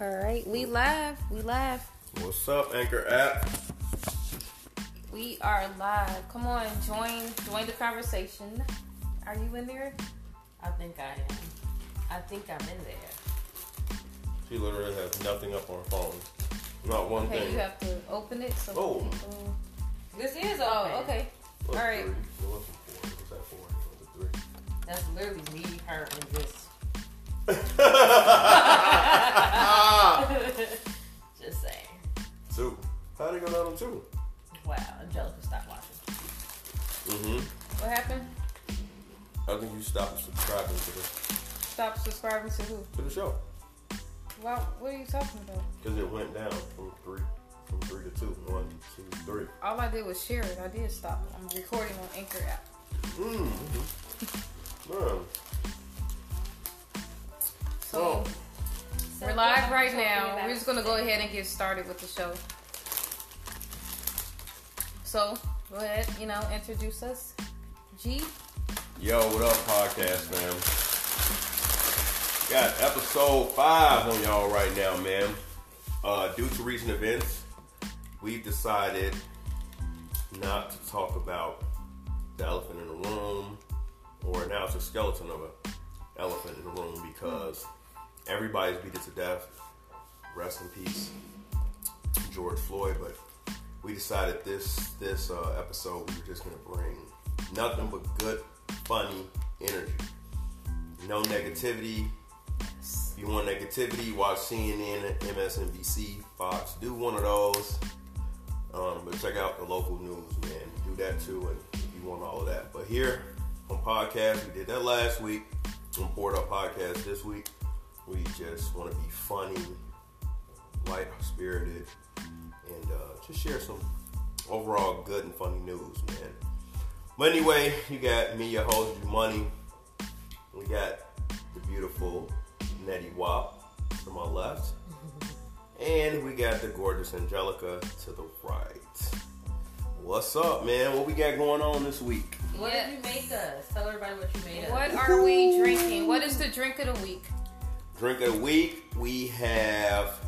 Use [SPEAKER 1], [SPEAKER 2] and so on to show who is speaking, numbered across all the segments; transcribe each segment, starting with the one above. [SPEAKER 1] All right, we live. We live.
[SPEAKER 2] What's up, Anchor app?
[SPEAKER 1] We are live. Come on, join join the conversation. Are you in there?
[SPEAKER 3] I think I am. I think I'm in there.
[SPEAKER 2] She literally has nothing up on her phone. Not one
[SPEAKER 1] Okay,
[SPEAKER 2] thing.
[SPEAKER 1] you have to open it so
[SPEAKER 2] Oh.
[SPEAKER 1] people- This is oh, okay.
[SPEAKER 2] What's
[SPEAKER 1] all right.
[SPEAKER 2] three? No, what's the four? What's that four? What's the three?
[SPEAKER 3] That's literally me, her, and this. Just saying.
[SPEAKER 2] two. How'd it go down to two?
[SPEAKER 3] Wow, Angelica, stop watching.
[SPEAKER 2] Mm-hmm.
[SPEAKER 1] What happened?
[SPEAKER 2] I think you stopped subscribing to the,
[SPEAKER 1] Stop subscribing to who?
[SPEAKER 2] to the show
[SPEAKER 1] Wow, what are you talking about?
[SPEAKER 2] because it went down from three from three to two. One, two, three.
[SPEAKER 1] All I did was share it. I did stop. I'm recording on Anchor app.
[SPEAKER 2] Mm-hmm. Man,
[SPEAKER 1] So
[SPEAKER 2] Oh.
[SPEAKER 1] we're live right now. We're just gonna go ahead and get started with the show. So go ahead, you know, introduce us. G.
[SPEAKER 2] Yo, what up, podcast man? Got episode five on y'all right now, man. Uh, due to recent events, we've decided not to talk about the elephant in the room, or now it's a skeleton of an elephant in the room because everybody's beat it to death. Rest in peace, George Floyd. But we decided this this uh, episode we were just gonna bring nothing but good, funny energy. No negativity. If you want negativity, watch CNN, MSNBC, Fox. Do one of those. Um, but check out the local news, man. Do that too, and if you want all of that. But here on podcast, we did that last week. On board our podcast this week, we just want to be funny, light spirited, and uh, just share some overall good and funny news, man. But anyway, you got me, your host, your money. We got the beautiful Nettie Wop to my left. And we got the gorgeous Angelica to the right. What's up, man? What we got going on this week?
[SPEAKER 3] What
[SPEAKER 1] Yeah.
[SPEAKER 3] did you make us? Tell everybody what you made us.
[SPEAKER 1] What are we drinking? What is the drink of the week?
[SPEAKER 2] Drink of the week, we have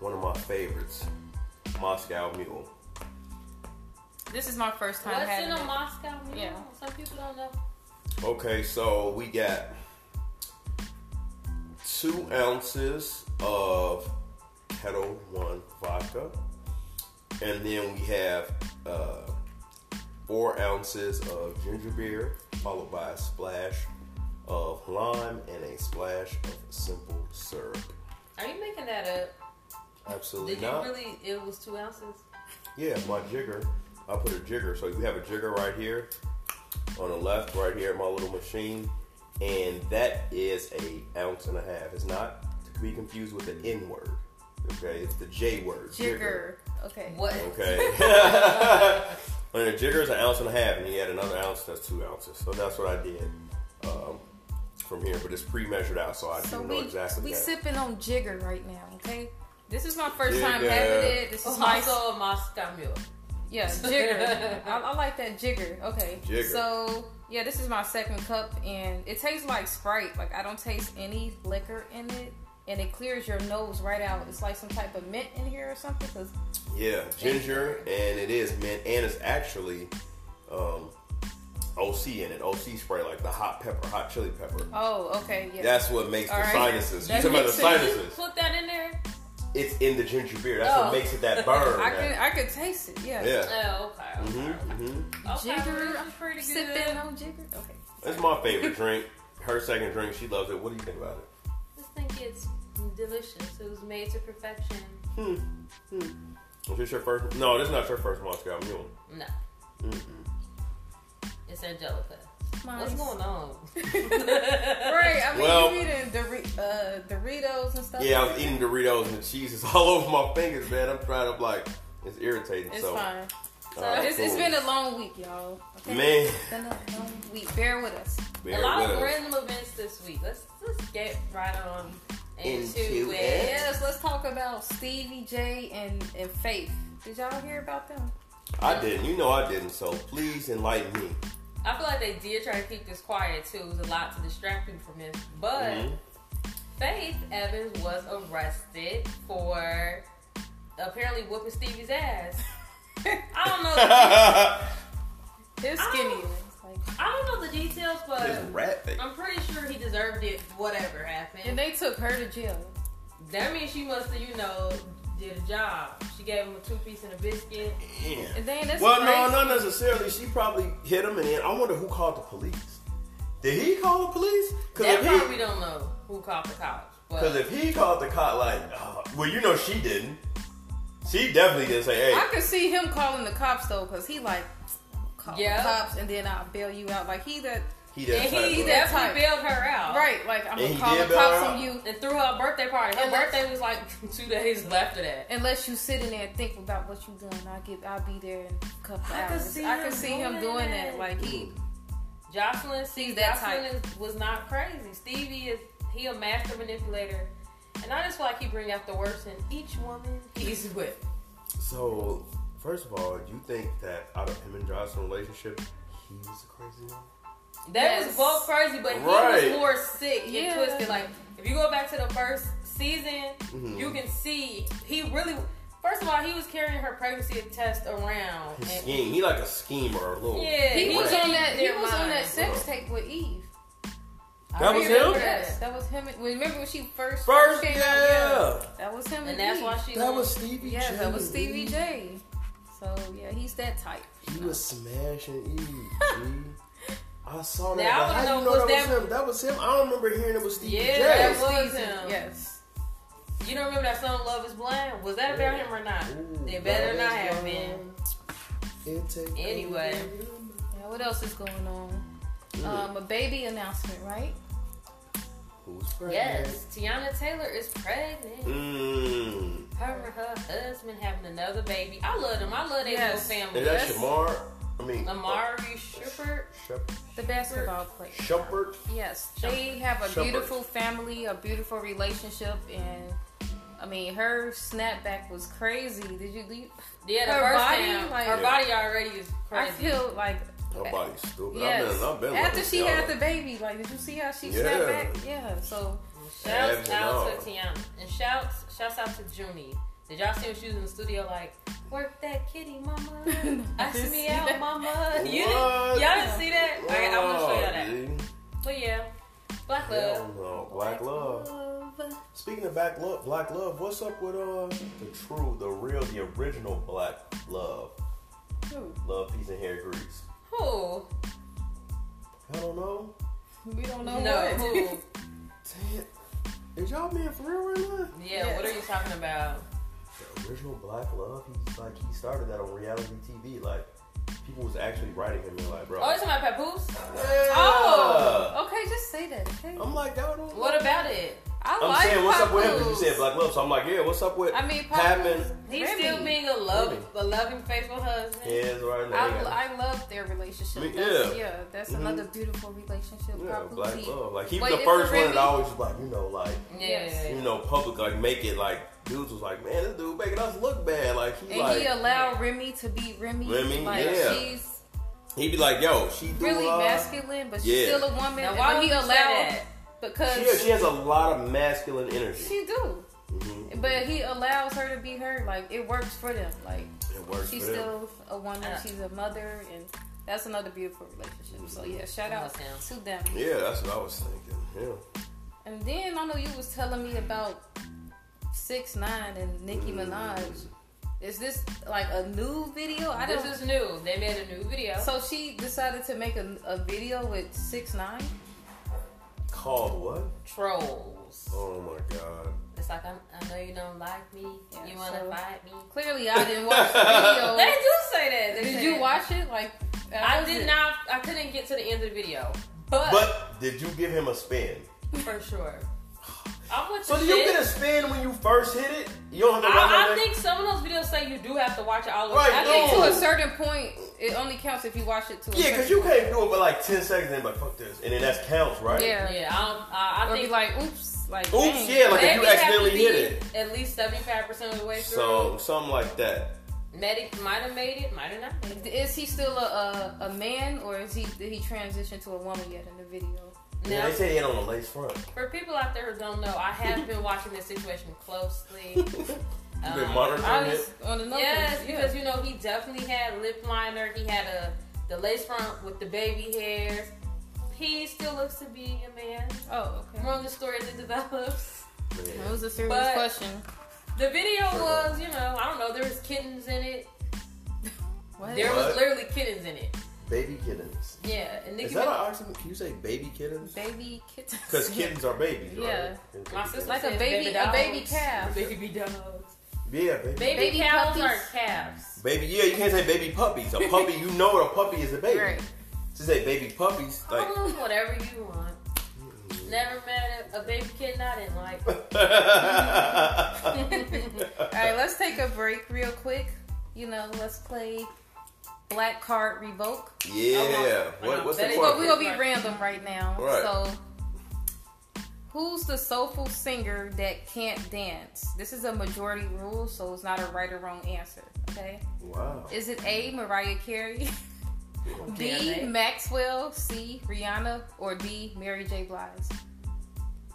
[SPEAKER 2] one of my favorites, Moscow Mule.
[SPEAKER 1] This is my first time
[SPEAKER 3] What's
[SPEAKER 1] having
[SPEAKER 3] in a
[SPEAKER 1] it.
[SPEAKER 3] Moscow Mule?
[SPEAKER 1] Yeah.
[SPEAKER 3] Some people don't know.
[SPEAKER 2] Okay, so we got two ounces of Kettle One vodka, and then we have uh, four ounces of ginger beer, followed by a splash of lime and a splash of simple syrup.
[SPEAKER 3] Are you making that up?
[SPEAKER 2] Absolutely
[SPEAKER 3] Did
[SPEAKER 2] not.
[SPEAKER 3] you really? It was two ounces.
[SPEAKER 2] Yeah, my jigger. I put a jigger. So you have a jigger right here on the left, right here, my little machine. And that is a ounce and a half. It's not to be confused with the N word. Okay, it's the J word.
[SPEAKER 1] Jigger. Okay.
[SPEAKER 3] What?
[SPEAKER 2] Okay. and a jigger is an ounce and a half, and you add another ounce, that's two ounces. So that's what I did um, from here. But it's pre-measured out, so I
[SPEAKER 1] So
[SPEAKER 2] do
[SPEAKER 1] we
[SPEAKER 2] know exactly.
[SPEAKER 1] we
[SPEAKER 2] that.
[SPEAKER 1] sipping on Jigger right now. Okay. This is my first time
[SPEAKER 2] Jigger.
[SPEAKER 1] having it. This
[SPEAKER 3] Oh,
[SPEAKER 1] is my
[SPEAKER 3] also a Moscow Mule.
[SPEAKER 1] Yeah, jigger. I, I like that jigger. Okay.
[SPEAKER 2] Jigger.
[SPEAKER 1] So yeah, this is my second cup, and it tastes like Sprite. Like I don't taste any liquor in it, and it clears your nose right out. It's like some type of mint in here or something. 'cause-
[SPEAKER 2] Yeah, ginger, and it is mint, and it's actually um, OC in it. OC spray, like the hot pepper, hot chili pepper.
[SPEAKER 1] oh, okay, yeah.
[SPEAKER 2] That's what makes the
[SPEAKER 1] All right.
[SPEAKER 2] sinuses. You
[SPEAKER 1] That
[SPEAKER 2] talking about the
[SPEAKER 1] makes sense.
[SPEAKER 2] sinuses?
[SPEAKER 3] Put that in there.
[SPEAKER 2] It's in the ginger beer. That's
[SPEAKER 1] Oh.
[SPEAKER 2] what makes it that burn.
[SPEAKER 1] I can I could taste it. Yeah.
[SPEAKER 2] yeah.
[SPEAKER 3] Oh, okay. okay.
[SPEAKER 2] Mm-hmm, hmm
[SPEAKER 3] Okay,
[SPEAKER 1] Jigger,
[SPEAKER 3] this is pretty
[SPEAKER 1] Sipping on jigger. Okay.
[SPEAKER 2] It's my favorite drink. Her second drink, she loves it. What do you think about it?
[SPEAKER 3] This thing it's delicious. It was made to perfection.
[SPEAKER 2] Hmm, Is this your first? No, this is not your first Moscow Mule.
[SPEAKER 3] No,
[SPEAKER 2] Mm-mm.
[SPEAKER 3] it's Angelica.
[SPEAKER 1] Nice.
[SPEAKER 3] What's going on?
[SPEAKER 1] Right. I mean,
[SPEAKER 2] Well-
[SPEAKER 1] you eating Dor- uh, Doritos and stuff.
[SPEAKER 2] Yeah, I was eating Doritos and the cheese is all over my fingers, man. I'm trying. I'm like, it's irritating.
[SPEAKER 1] It's
[SPEAKER 2] so,
[SPEAKER 1] fine. Uh,
[SPEAKER 2] all
[SPEAKER 3] So
[SPEAKER 2] right,
[SPEAKER 1] It's, it's
[SPEAKER 2] cool.
[SPEAKER 1] been a long week, y'all. Okay?
[SPEAKER 2] man.
[SPEAKER 1] It's been a long week. Bear with us.
[SPEAKER 2] bear
[SPEAKER 3] a lot
[SPEAKER 2] with
[SPEAKER 3] of
[SPEAKER 2] us.
[SPEAKER 3] random events this week. Let's let's get right on into,
[SPEAKER 2] Into
[SPEAKER 3] it.
[SPEAKER 2] it.
[SPEAKER 1] Yes, let's talk about Stevie J and, and Faith. Did y'all hear about them?
[SPEAKER 2] I didn't. You know I didn't. So please enlighten me.
[SPEAKER 3] I feel like they did try to keep this quiet too. It was a lot to distract people from this, but
[SPEAKER 2] Mhm.
[SPEAKER 3] Faith Evans was arrested for apparently whooping Stevie's ass. I don't know.
[SPEAKER 1] His
[SPEAKER 3] I
[SPEAKER 1] skinny.
[SPEAKER 3] don't-
[SPEAKER 1] is, Like,
[SPEAKER 3] I don't know the details, but
[SPEAKER 2] This rat thing.
[SPEAKER 3] I'm pretty sure he deserved it. Whatever
[SPEAKER 1] and
[SPEAKER 3] happened,
[SPEAKER 1] they took her to jail.
[SPEAKER 3] that means she must have, you know, did a job. She gave him a two piece and a biscuit.
[SPEAKER 2] Yeah.
[SPEAKER 1] And then that's
[SPEAKER 2] Well,
[SPEAKER 1] crazy.
[SPEAKER 2] no, not necessarily. She probably hit him, and then I wonder who called the police. Did he call the police?
[SPEAKER 3] That
[SPEAKER 2] if
[SPEAKER 3] part
[SPEAKER 2] he,
[SPEAKER 3] we don't know who called the college,
[SPEAKER 2] Because
[SPEAKER 3] but
[SPEAKER 2] if he called the cop, like, oh, well, you know she didn't. She definitely didn't say, hey,
[SPEAKER 1] I could see him calling the cops though, cause he like call
[SPEAKER 3] Yeah.
[SPEAKER 1] the cops and then I'll bail you out. Like he that
[SPEAKER 2] he
[SPEAKER 3] and
[SPEAKER 2] didn't.
[SPEAKER 3] he
[SPEAKER 1] that- type.
[SPEAKER 3] definitely bailed her out,
[SPEAKER 1] right. Like I'm
[SPEAKER 2] And
[SPEAKER 1] gonna
[SPEAKER 2] he
[SPEAKER 1] call
[SPEAKER 2] did
[SPEAKER 1] the
[SPEAKER 2] bail
[SPEAKER 1] cops
[SPEAKER 2] her
[SPEAKER 1] on
[SPEAKER 2] out.
[SPEAKER 1] you
[SPEAKER 3] And threw her a birthday party. Her
[SPEAKER 1] And that's-
[SPEAKER 3] birthday was like two days left of that.
[SPEAKER 1] unless you sitting there and think about what you done. I get I'll be there in a couple
[SPEAKER 3] I could
[SPEAKER 1] hours.
[SPEAKER 3] see
[SPEAKER 1] I
[SPEAKER 3] him
[SPEAKER 1] could see him
[SPEAKER 3] doing
[SPEAKER 1] doing
[SPEAKER 3] that.
[SPEAKER 1] that. Like he
[SPEAKER 3] Jocelyn
[SPEAKER 1] He's
[SPEAKER 3] sees
[SPEAKER 1] that
[SPEAKER 3] that Jocelyn is, was not crazy. Stevie is he a master manipulator, and I just feel like he bring out the worst in each woman he's with.
[SPEAKER 2] So, first of all, you think that out of him and Johnson's relationship, he was a crazy one?
[SPEAKER 3] They
[SPEAKER 1] Yes.
[SPEAKER 3] was both crazy, but he
[SPEAKER 2] Right.
[SPEAKER 3] was more sick and
[SPEAKER 1] Yeah.
[SPEAKER 3] twisted. Like if you go back to the first season,
[SPEAKER 2] Mhm.
[SPEAKER 3] you can see he really. First of all, he was carrying her pregnancy test around.
[SPEAKER 2] His
[SPEAKER 3] and-
[SPEAKER 2] scheme. He like a schemer, a little.
[SPEAKER 3] yeah,
[SPEAKER 1] he was
[SPEAKER 2] Right.
[SPEAKER 1] on that he
[SPEAKER 3] their
[SPEAKER 1] was on that
[SPEAKER 3] minds.
[SPEAKER 1] sex tape with Eve.
[SPEAKER 3] I
[SPEAKER 2] That was
[SPEAKER 3] remember
[SPEAKER 2] him?
[SPEAKER 1] Yes,
[SPEAKER 3] that.
[SPEAKER 1] that was him. Remember when she first
[SPEAKER 2] First,
[SPEAKER 1] came
[SPEAKER 2] yeah.
[SPEAKER 1] out? that was him.
[SPEAKER 3] And that's
[SPEAKER 1] Eve.
[SPEAKER 3] why she.
[SPEAKER 2] That was Stevie
[SPEAKER 1] yeah,
[SPEAKER 2] J.
[SPEAKER 1] that was Stevie J. So yeah, he's that type.
[SPEAKER 2] He was smashing Eve. G. I saw that.
[SPEAKER 3] Now, I
[SPEAKER 2] Like,
[SPEAKER 3] wanna
[SPEAKER 2] how you
[SPEAKER 3] know,
[SPEAKER 2] know
[SPEAKER 3] was
[SPEAKER 2] that was
[SPEAKER 3] that-
[SPEAKER 2] him? That was him. I don't remember hearing it was Stevie
[SPEAKER 3] Yeah,
[SPEAKER 2] J.
[SPEAKER 3] that was-
[SPEAKER 1] Stevie-
[SPEAKER 3] him.
[SPEAKER 1] Yes.
[SPEAKER 3] You don't remember that song "Love Is Blind"? Was that about him or not?
[SPEAKER 2] Ooh,
[SPEAKER 3] They better
[SPEAKER 2] that
[SPEAKER 3] not
[SPEAKER 2] is
[SPEAKER 3] have
[SPEAKER 2] why
[SPEAKER 3] been.
[SPEAKER 2] it take-
[SPEAKER 3] Anyway.
[SPEAKER 1] Yeah, what else is going on?
[SPEAKER 2] Mm.
[SPEAKER 1] Um, a baby announcement, right?
[SPEAKER 2] Who's pregnant?
[SPEAKER 3] Yes, Tiana Taylor is
[SPEAKER 2] Mm-hmm.
[SPEAKER 3] pregnant.
[SPEAKER 2] Mm.
[SPEAKER 3] Her and her husband having another baby. I love them. I love their
[SPEAKER 1] Yes.
[SPEAKER 3] little family.
[SPEAKER 2] And that's Shamar. I mean,
[SPEAKER 3] Amari Shepard.
[SPEAKER 2] Shep-
[SPEAKER 1] The basketball player.
[SPEAKER 2] Shepard.
[SPEAKER 1] Yes, they have a
[SPEAKER 2] Shepherd.
[SPEAKER 1] beautiful family, a beautiful relationship, and I mean, her snapback was crazy. Did you? leave?
[SPEAKER 3] Yeah, the
[SPEAKER 1] Her
[SPEAKER 3] first
[SPEAKER 1] body,
[SPEAKER 3] time.
[SPEAKER 1] like-
[SPEAKER 3] her body already is
[SPEAKER 1] I
[SPEAKER 3] crazy.
[SPEAKER 1] feel like
[SPEAKER 2] Her body's stupid.
[SPEAKER 1] yes.
[SPEAKER 2] I've been, I've been
[SPEAKER 1] After
[SPEAKER 2] looking
[SPEAKER 1] she
[SPEAKER 2] at
[SPEAKER 1] had
[SPEAKER 2] y'all.
[SPEAKER 1] the baby, like, did you see how she
[SPEAKER 2] Yeah.
[SPEAKER 1] snapped back? Yeah. So
[SPEAKER 3] shouts
[SPEAKER 2] Abs and
[SPEAKER 3] out
[SPEAKER 2] all.
[SPEAKER 3] to Tiana. And shouts shouts out to Junie. Did y'all see when she was in the studio like, work that kitty, mama? Ask me
[SPEAKER 1] see
[SPEAKER 3] out,
[SPEAKER 1] that.
[SPEAKER 3] mama. You didn't,
[SPEAKER 2] What?
[SPEAKER 3] y'all didn't see that? All right, I want to show y'all that.
[SPEAKER 2] Wow, G.
[SPEAKER 3] But yeah, Black
[SPEAKER 2] Hell
[SPEAKER 3] Love.
[SPEAKER 2] no, Black love.
[SPEAKER 3] love.
[SPEAKER 2] Speaking of black love, black love, what's up with uh the true, the real, the original black love, love, peace and hair grease?
[SPEAKER 3] Who?
[SPEAKER 2] I don't know.
[SPEAKER 1] we don't know.
[SPEAKER 3] No,
[SPEAKER 1] what.
[SPEAKER 3] who?
[SPEAKER 2] Damn. Is y'all being for real right now?
[SPEAKER 3] Yeah, what are you talking about?
[SPEAKER 2] The original black love, he's like he started that on reality TV. Like people was actually writing him and like, bro.
[SPEAKER 3] Oh, it's about Papoose?
[SPEAKER 2] Yeah.
[SPEAKER 1] Oh, okay. Just say that. Okay.
[SPEAKER 2] Ah. I'm like, that don't.
[SPEAKER 3] What about it?
[SPEAKER 1] I
[SPEAKER 2] I'm
[SPEAKER 1] like
[SPEAKER 2] saying, what's up with him? 'Cause
[SPEAKER 1] Papoose.
[SPEAKER 2] you said black love, so I'm like, yeah, what's up with?
[SPEAKER 1] I mean,
[SPEAKER 2] Happened.
[SPEAKER 1] Papoose.
[SPEAKER 3] He's
[SPEAKER 1] Remy.
[SPEAKER 3] still being a love,
[SPEAKER 2] Remy.
[SPEAKER 3] a loving, faithful husband.
[SPEAKER 2] Yes, right now.
[SPEAKER 1] I,
[SPEAKER 2] they got-
[SPEAKER 1] I love their relationship.
[SPEAKER 2] Me-
[SPEAKER 1] That's-
[SPEAKER 2] yeah.
[SPEAKER 1] that's
[SPEAKER 2] Mhm.
[SPEAKER 1] another beautiful relationship.
[SPEAKER 2] Yeah,
[SPEAKER 1] Papoose.
[SPEAKER 2] black love. Like he was
[SPEAKER 1] Wait,
[SPEAKER 2] the
[SPEAKER 1] it's
[SPEAKER 2] first
[SPEAKER 1] a
[SPEAKER 2] one that
[SPEAKER 1] Remy?
[SPEAKER 2] always was like, you know, like
[SPEAKER 3] Yeah.
[SPEAKER 1] Yes.
[SPEAKER 2] you know, public like make it like dudes was like, man, this dude making us look bad. Like he
[SPEAKER 1] And
[SPEAKER 2] like
[SPEAKER 1] he allowed Remy to be Remy.
[SPEAKER 2] Remy,
[SPEAKER 1] like,
[SPEAKER 2] yeah.
[SPEAKER 1] She's
[SPEAKER 2] he be like, yo, she do,
[SPEAKER 1] really
[SPEAKER 2] uh,
[SPEAKER 1] masculine, but she's
[SPEAKER 2] yeah.
[SPEAKER 1] still a woman.
[SPEAKER 3] Now,
[SPEAKER 1] and
[SPEAKER 3] why
[SPEAKER 1] but
[SPEAKER 3] would
[SPEAKER 1] he
[SPEAKER 3] he allow
[SPEAKER 1] allowed
[SPEAKER 3] that?
[SPEAKER 1] because
[SPEAKER 2] She, she has a lot of masculine energy.
[SPEAKER 1] she do,
[SPEAKER 2] Mhm.
[SPEAKER 1] but he allows her to be her. Like it works for them. Like
[SPEAKER 2] It works
[SPEAKER 1] she's
[SPEAKER 2] for them.
[SPEAKER 1] still a woman.
[SPEAKER 3] Yeah.
[SPEAKER 1] She's a mother, and that's another beautiful relationship. So yeah, shout out
[SPEAKER 3] Love him.
[SPEAKER 1] to them.
[SPEAKER 2] Yeah, that's what I was thinking. Yeah.
[SPEAKER 1] And then I know you was telling me about six nine and Nicki
[SPEAKER 2] Mm.
[SPEAKER 1] Minaj. Is this like a new video? I
[SPEAKER 3] This
[SPEAKER 1] don't.
[SPEAKER 3] is new. They made a new video.
[SPEAKER 1] So she decided to make a, a video with six nine.
[SPEAKER 2] Called what?
[SPEAKER 3] Trolls.
[SPEAKER 2] Oh my god.
[SPEAKER 3] It's like I'm, I know you don't like me.
[SPEAKER 1] Yeah,
[SPEAKER 3] you wanna
[SPEAKER 1] so-
[SPEAKER 3] fight me?
[SPEAKER 1] Clearly, I didn't watch the video.
[SPEAKER 3] They do say that. They
[SPEAKER 1] did
[SPEAKER 3] say
[SPEAKER 1] you
[SPEAKER 3] that.
[SPEAKER 1] watch it? Like
[SPEAKER 3] I did not. I couldn't get to the end of the video, but,
[SPEAKER 2] But did you give him a spin?
[SPEAKER 3] for sure, I'm with
[SPEAKER 2] So
[SPEAKER 3] the
[SPEAKER 2] did you
[SPEAKER 3] shit.
[SPEAKER 2] get a spin when you first hit it? You don't have to watch
[SPEAKER 3] I,
[SPEAKER 2] all
[SPEAKER 3] I
[SPEAKER 2] that?
[SPEAKER 3] think some of those videos say you do have to watch it all the way.
[SPEAKER 2] Right,
[SPEAKER 1] I
[SPEAKER 3] I
[SPEAKER 1] think to
[SPEAKER 2] No.
[SPEAKER 1] a certain point, it only counts if you watch it to. A
[SPEAKER 2] Yeah,
[SPEAKER 1] certain
[SPEAKER 2] because you can't do it for like 10 seconds and be like, fuck this. And then that counts, right?
[SPEAKER 1] Yeah.
[SPEAKER 3] yeah, I, don't, I, I
[SPEAKER 1] Or
[SPEAKER 3] think
[SPEAKER 1] be like, oops, like.
[SPEAKER 2] Oops,
[SPEAKER 1] dang.
[SPEAKER 2] yeah, like if
[SPEAKER 3] Maybe
[SPEAKER 2] you
[SPEAKER 3] have to
[SPEAKER 2] accidentally
[SPEAKER 3] be
[SPEAKER 2] hit it.
[SPEAKER 3] At least seventy-five percent of the way through.
[SPEAKER 2] So, something like that.
[SPEAKER 3] Medic might have made it, might have not. Made it.
[SPEAKER 1] Is he still a, a a man or is he did he transition to a woman yet in the video?
[SPEAKER 2] Yeah,
[SPEAKER 3] Now,
[SPEAKER 2] they say they don't want lace front.
[SPEAKER 3] for people out there who don't know, I have been watching this situation closely.
[SPEAKER 2] You've been monitoring
[SPEAKER 3] Um, I
[SPEAKER 2] it?
[SPEAKER 3] was
[SPEAKER 1] On the
[SPEAKER 3] Yes,
[SPEAKER 1] numbers,
[SPEAKER 3] because you know he definitely had lip liner. He had a the lace front with the baby hairs. He still looks to be a man.
[SPEAKER 1] Oh, okay.
[SPEAKER 3] More on the story as it develops.
[SPEAKER 1] It
[SPEAKER 2] Man.
[SPEAKER 1] was a serious
[SPEAKER 3] But-
[SPEAKER 1] question.
[SPEAKER 3] The video was, you know, I don't know. There was kittens in it.
[SPEAKER 1] What?
[SPEAKER 3] There
[SPEAKER 2] What?
[SPEAKER 3] was literally kittens in it.
[SPEAKER 2] Baby kittens.
[SPEAKER 3] Yeah, and Nicki
[SPEAKER 2] Is that an
[SPEAKER 3] Minaj-
[SPEAKER 2] oxymoron? Can you say baby kittens?
[SPEAKER 1] Baby kitten.
[SPEAKER 2] Because kittens are babies, right?
[SPEAKER 1] Yeah.
[SPEAKER 2] They're
[SPEAKER 3] my
[SPEAKER 2] baby
[SPEAKER 3] sister
[SPEAKER 1] Like a
[SPEAKER 3] says
[SPEAKER 1] baby- a baby
[SPEAKER 3] dogs.
[SPEAKER 1] calf.
[SPEAKER 3] Baby dogs.
[SPEAKER 2] kittens. Yeah, baby.
[SPEAKER 3] Baby,
[SPEAKER 1] Baby
[SPEAKER 3] cows
[SPEAKER 1] puppies.
[SPEAKER 3] are calves.
[SPEAKER 2] Baby, yeah, you can't say baby puppies. A puppy, you know what a puppy is a baby.
[SPEAKER 1] Right.
[SPEAKER 2] To say baby puppies, like
[SPEAKER 3] Mm, whatever you want. Never met a, a baby kitten I didn't like.
[SPEAKER 1] All right, let's take a break real quick. You know, let's play Black Card Revoke.
[SPEAKER 2] yeah. What, what's the
[SPEAKER 3] That is
[SPEAKER 1] But
[SPEAKER 3] what
[SPEAKER 2] part?
[SPEAKER 1] we're gonna be random right now.
[SPEAKER 2] Right.
[SPEAKER 1] So, who's the soulful singer that can't dance? This is a majority rule, so it's not a right or wrong answer. Okay.
[SPEAKER 2] Wow.
[SPEAKER 1] Is it A. Mariah Carey, B.
[SPEAKER 3] Damn it.
[SPEAKER 1] Maxwell, C. Rihanna, or D. Mary J. Blige?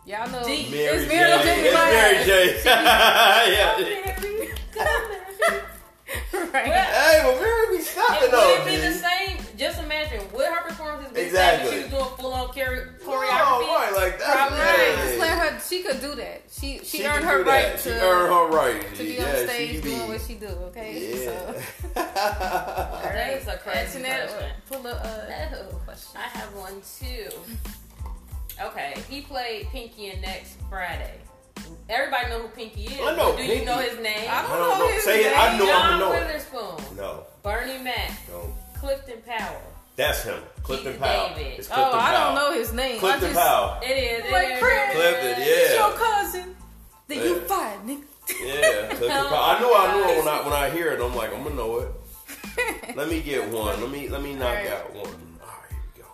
[SPEAKER 1] Y'all know
[SPEAKER 3] D.
[SPEAKER 2] Mary
[SPEAKER 1] It's
[SPEAKER 2] J.
[SPEAKER 1] Mary J.
[SPEAKER 2] It's Mary J. yeah.
[SPEAKER 3] Mary, come Mary.
[SPEAKER 1] right?
[SPEAKER 3] Well,
[SPEAKER 2] Hey, well, Mary be stopping
[SPEAKER 3] it would
[SPEAKER 2] though.
[SPEAKER 3] it be the
[SPEAKER 2] man.
[SPEAKER 3] same? Just imagine would her performance has been
[SPEAKER 2] Exactly.
[SPEAKER 3] exactly. she was doing full on chore- choreography.
[SPEAKER 2] Oh, right, like that's
[SPEAKER 1] Right, just
[SPEAKER 2] yeah.
[SPEAKER 1] let her. She could do that. She she,
[SPEAKER 2] She
[SPEAKER 1] earned
[SPEAKER 2] can
[SPEAKER 1] her
[SPEAKER 2] do that.
[SPEAKER 1] right
[SPEAKER 2] She
[SPEAKER 1] to,
[SPEAKER 2] earned her right.
[SPEAKER 1] to be
[SPEAKER 2] yeah,
[SPEAKER 1] on
[SPEAKER 2] she
[SPEAKER 1] stage
[SPEAKER 2] be,
[SPEAKER 1] doing what she do. Okay,
[SPEAKER 2] Yeah.
[SPEAKER 1] so
[SPEAKER 3] That is a crazy
[SPEAKER 1] Antoinette,
[SPEAKER 3] question.
[SPEAKER 1] Pull a uh,
[SPEAKER 3] No.
[SPEAKER 1] question.
[SPEAKER 3] I have one too. Okay, he played Pinky in next Friday. Everybody know who Pinky is.
[SPEAKER 2] I know
[SPEAKER 3] Do
[SPEAKER 2] Pinky.
[SPEAKER 3] you know his name?
[SPEAKER 1] I
[SPEAKER 2] I
[SPEAKER 1] don't
[SPEAKER 2] don't
[SPEAKER 1] know
[SPEAKER 2] know.
[SPEAKER 1] his
[SPEAKER 2] Say it. I
[SPEAKER 1] name.
[SPEAKER 2] know. I'm gonna
[SPEAKER 3] John
[SPEAKER 2] know. it.
[SPEAKER 3] Witherspoon,
[SPEAKER 2] No,
[SPEAKER 3] Bernie Mac,
[SPEAKER 2] no.
[SPEAKER 3] Clifton Powell.
[SPEAKER 2] That's him. Clifton
[SPEAKER 3] He's
[SPEAKER 2] Powell.
[SPEAKER 3] David.
[SPEAKER 2] It's
[SPEAKER 1] Oh,
[SPEAKER 2] Clifton
[SPEAKER 1] I don't
[SPEAKER 2] Powell.
[SPEAKER 1] know his name.
[SPEAKER 2] Clifton
[SPEAKER 1] I just,
[SPEAKER 2] Powell.
[SPEAKER 3] It is. it
[SPEAKER 1] Like
[SPEAKER 3] is,
[SPEAKER 1] Chris.
[SPEAKER 3] it
[SPEAKER 2] Clifton,
[SPEAKER 3] is.
[SPEAKER 1] It's
[SPEAKER 2] yeah.
[SPEAKER 1] your cousin. That you
[SPEAKER 2] Yeah.
[SPEAKER 1] fired, nigga.
[SPEAKER 2] Yeah, Clifton Powell. I know I know it when I when I hear it. I'm like, I'm gonna know it. Let me get one. Let me let me knock
[SPEAKER 1] Alright.
[SPEAKER 2] out one. All right, here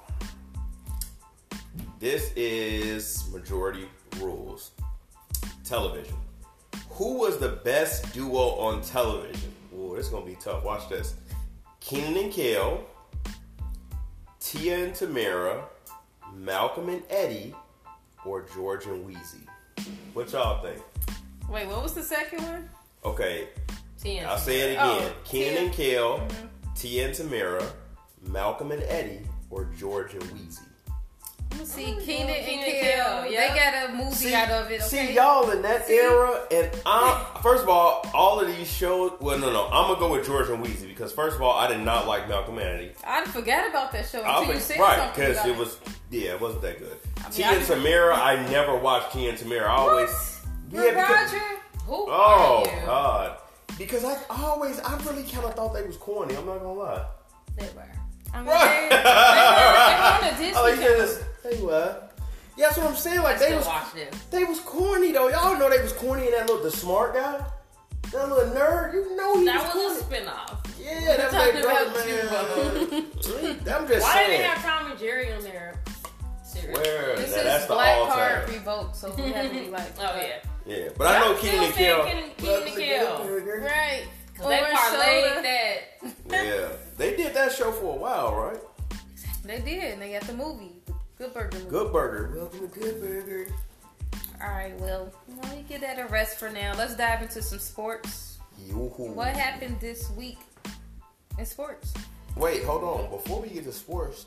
[SPEAKER 2] we go. This is majority rules. Television. Who was the best duo on television? Ooh, this is gonna be tough. Watch this. Keenan and Kale, Tia and Tamara, Malcolm and Eddie, or George and Wheezy. What y'all think?
[SPEAKER 1] Wait, what was the second one?
[SPEAKER 2] Okay,
[SPEAKER 3] Ten.
[SPEAKER 2] I'll say it
[SPEAKER 1] Oh,
[SPEAKER 2] again. Ken
[SPEAKER 1] Tia.
[SPEAKER 2] and Kel, Tia and Tamara, Malcolm and Eddie, or George and Wheezy.
[SPEAKER 1] Let me see.
[SPEAKER 3] Oh,
[SPEAKER 1] Keenan
[SPEAKER 3] yeah,
[SPEAKER 1] and
[SPEAKER 3] Kenan Kel,
[SPEAKER 1] Kel.
[SPEAKER 3] yeah.
[SPEAKER 1] They got a movie out of it. Okay?
[SPEAKER 2] see y'all in that
[SPEAKER 1] See?
[SPEAKER 2] era, and I first of all, all of these shows. Well, no, no, I'm gonna go with George and Wheezy because first of all, I did not like Malcolm and Eddie.
[SPEAKER 1] I forgot about that show
[SPEAKER 2] I
[SPEAKER 1] until you
[SPEAKER 2] was-
[SPEAKER 1] said
[SPEAKER 2] right
[SPEAKER 1] something
[SPEAKER 2] because
[SPEAKER 1] about
[SPEAKER 2] it was yeah, it wasn't that good. Tia
[SPEAKER 1] I
[SPEAKER 2] and
[SPEAKER 1] didn't-
[SPEAKER 2] Tamara, I never watched Tia and Tamara. I always
[SPEAKER 1] What?
[SPEAKER 2] yeah,
[SPEAKER 1] With
[SPEAKER 2] because,
[SPEAKER 1] Roger.
[SPEAKER 3] Who
[SPEAKER 2] oh
[SPEAKER 3] are you?
[SPEAKER 2] god, because I always I really kind of thought they was corny. I'm not gonna lie.
[SPEAKER 3] They were.
[SPEAKER 1] I mean,
[SPEAKER 2] Right.
[SPEAKER 1] they- they were- they were on a
[SPEAKER 2] Oh,
[SPEAKER 1] Disney
[SPEAKER 2] you just they were. Yeah, that's what I'm saying. Like they
[SPEAKER 3] Still
[SPEAKER 2] was
[SPEAKER 3] watch this.
[SPEAKER 2] they was corny though. Y'all know they was corny and that little the smart guy, that little nerd. You know he
[SPEAKER 3] That was
[SPEAKER 2] was
[SPEAKER 3] a
[SPEAKER 2] corny.
[SPEAKER 3] spinoff.
[SPEAKER 2] yeah, that's
[SPEAKER 1] talking
[SPEAKER 2] my brother,
[SPEAKER 1] about
[SPEAKER 2] man. I'm just
[SPEAKER 3] Why did
[SPEAKER 2] saying.
[SPEAKER 3] they have Tom and Jerry on there? Seriously.
[SPEAKER 2] Where?
[SPEAKER 1] This
[SPEAKER 2] now,
[SPEAKER 1] is
[SPEAKER 2] that's the
[SPEAKER 1] Black
[SPEAKER 2] all
[SPEAKER 1] Card
[SPEAKER 2] time.
[SPEAKER 1] Revoke, so we have to be like,
[SPEAKER 3] Oh yeah.
[SPEAKER 2] Yeah, but I
[SPEAKER 3] I'm
[SPEAKER 2] know
[SPEAKER 3] still
[SPEAKER 2] Keenan and
[SPEAKER 3] saying
[SPEAKER 2] Kel.
[SPEAKER 3] Kenan-
[SPEAKER 2] Well,
[SPEAKER 3] Kenan and
[SPEAKER 2] it's a-
[SPEAKER 1] right.
[SPEAKER 3] they
[SPEAKER 1] Orange soda.
[SPEAKER 3] parlayed that.
[SPEAKER 2] Yeah, they did that show for a while, right?
[SPEAKER 1] They did, and they got the movie, the Good Burger movie.
[SPEAKER 2] Good Burger. Welcome to Good Burger.
[SPEAKER 1] All right, well, let me give that a rest for now. Let's dive into some sports.
[SPEAKER 2] Yoo-hoo.
[SPEAKER 1] What happened this week in sports?
[SPEAKER 2] Wait, hold on. Before we get to sports,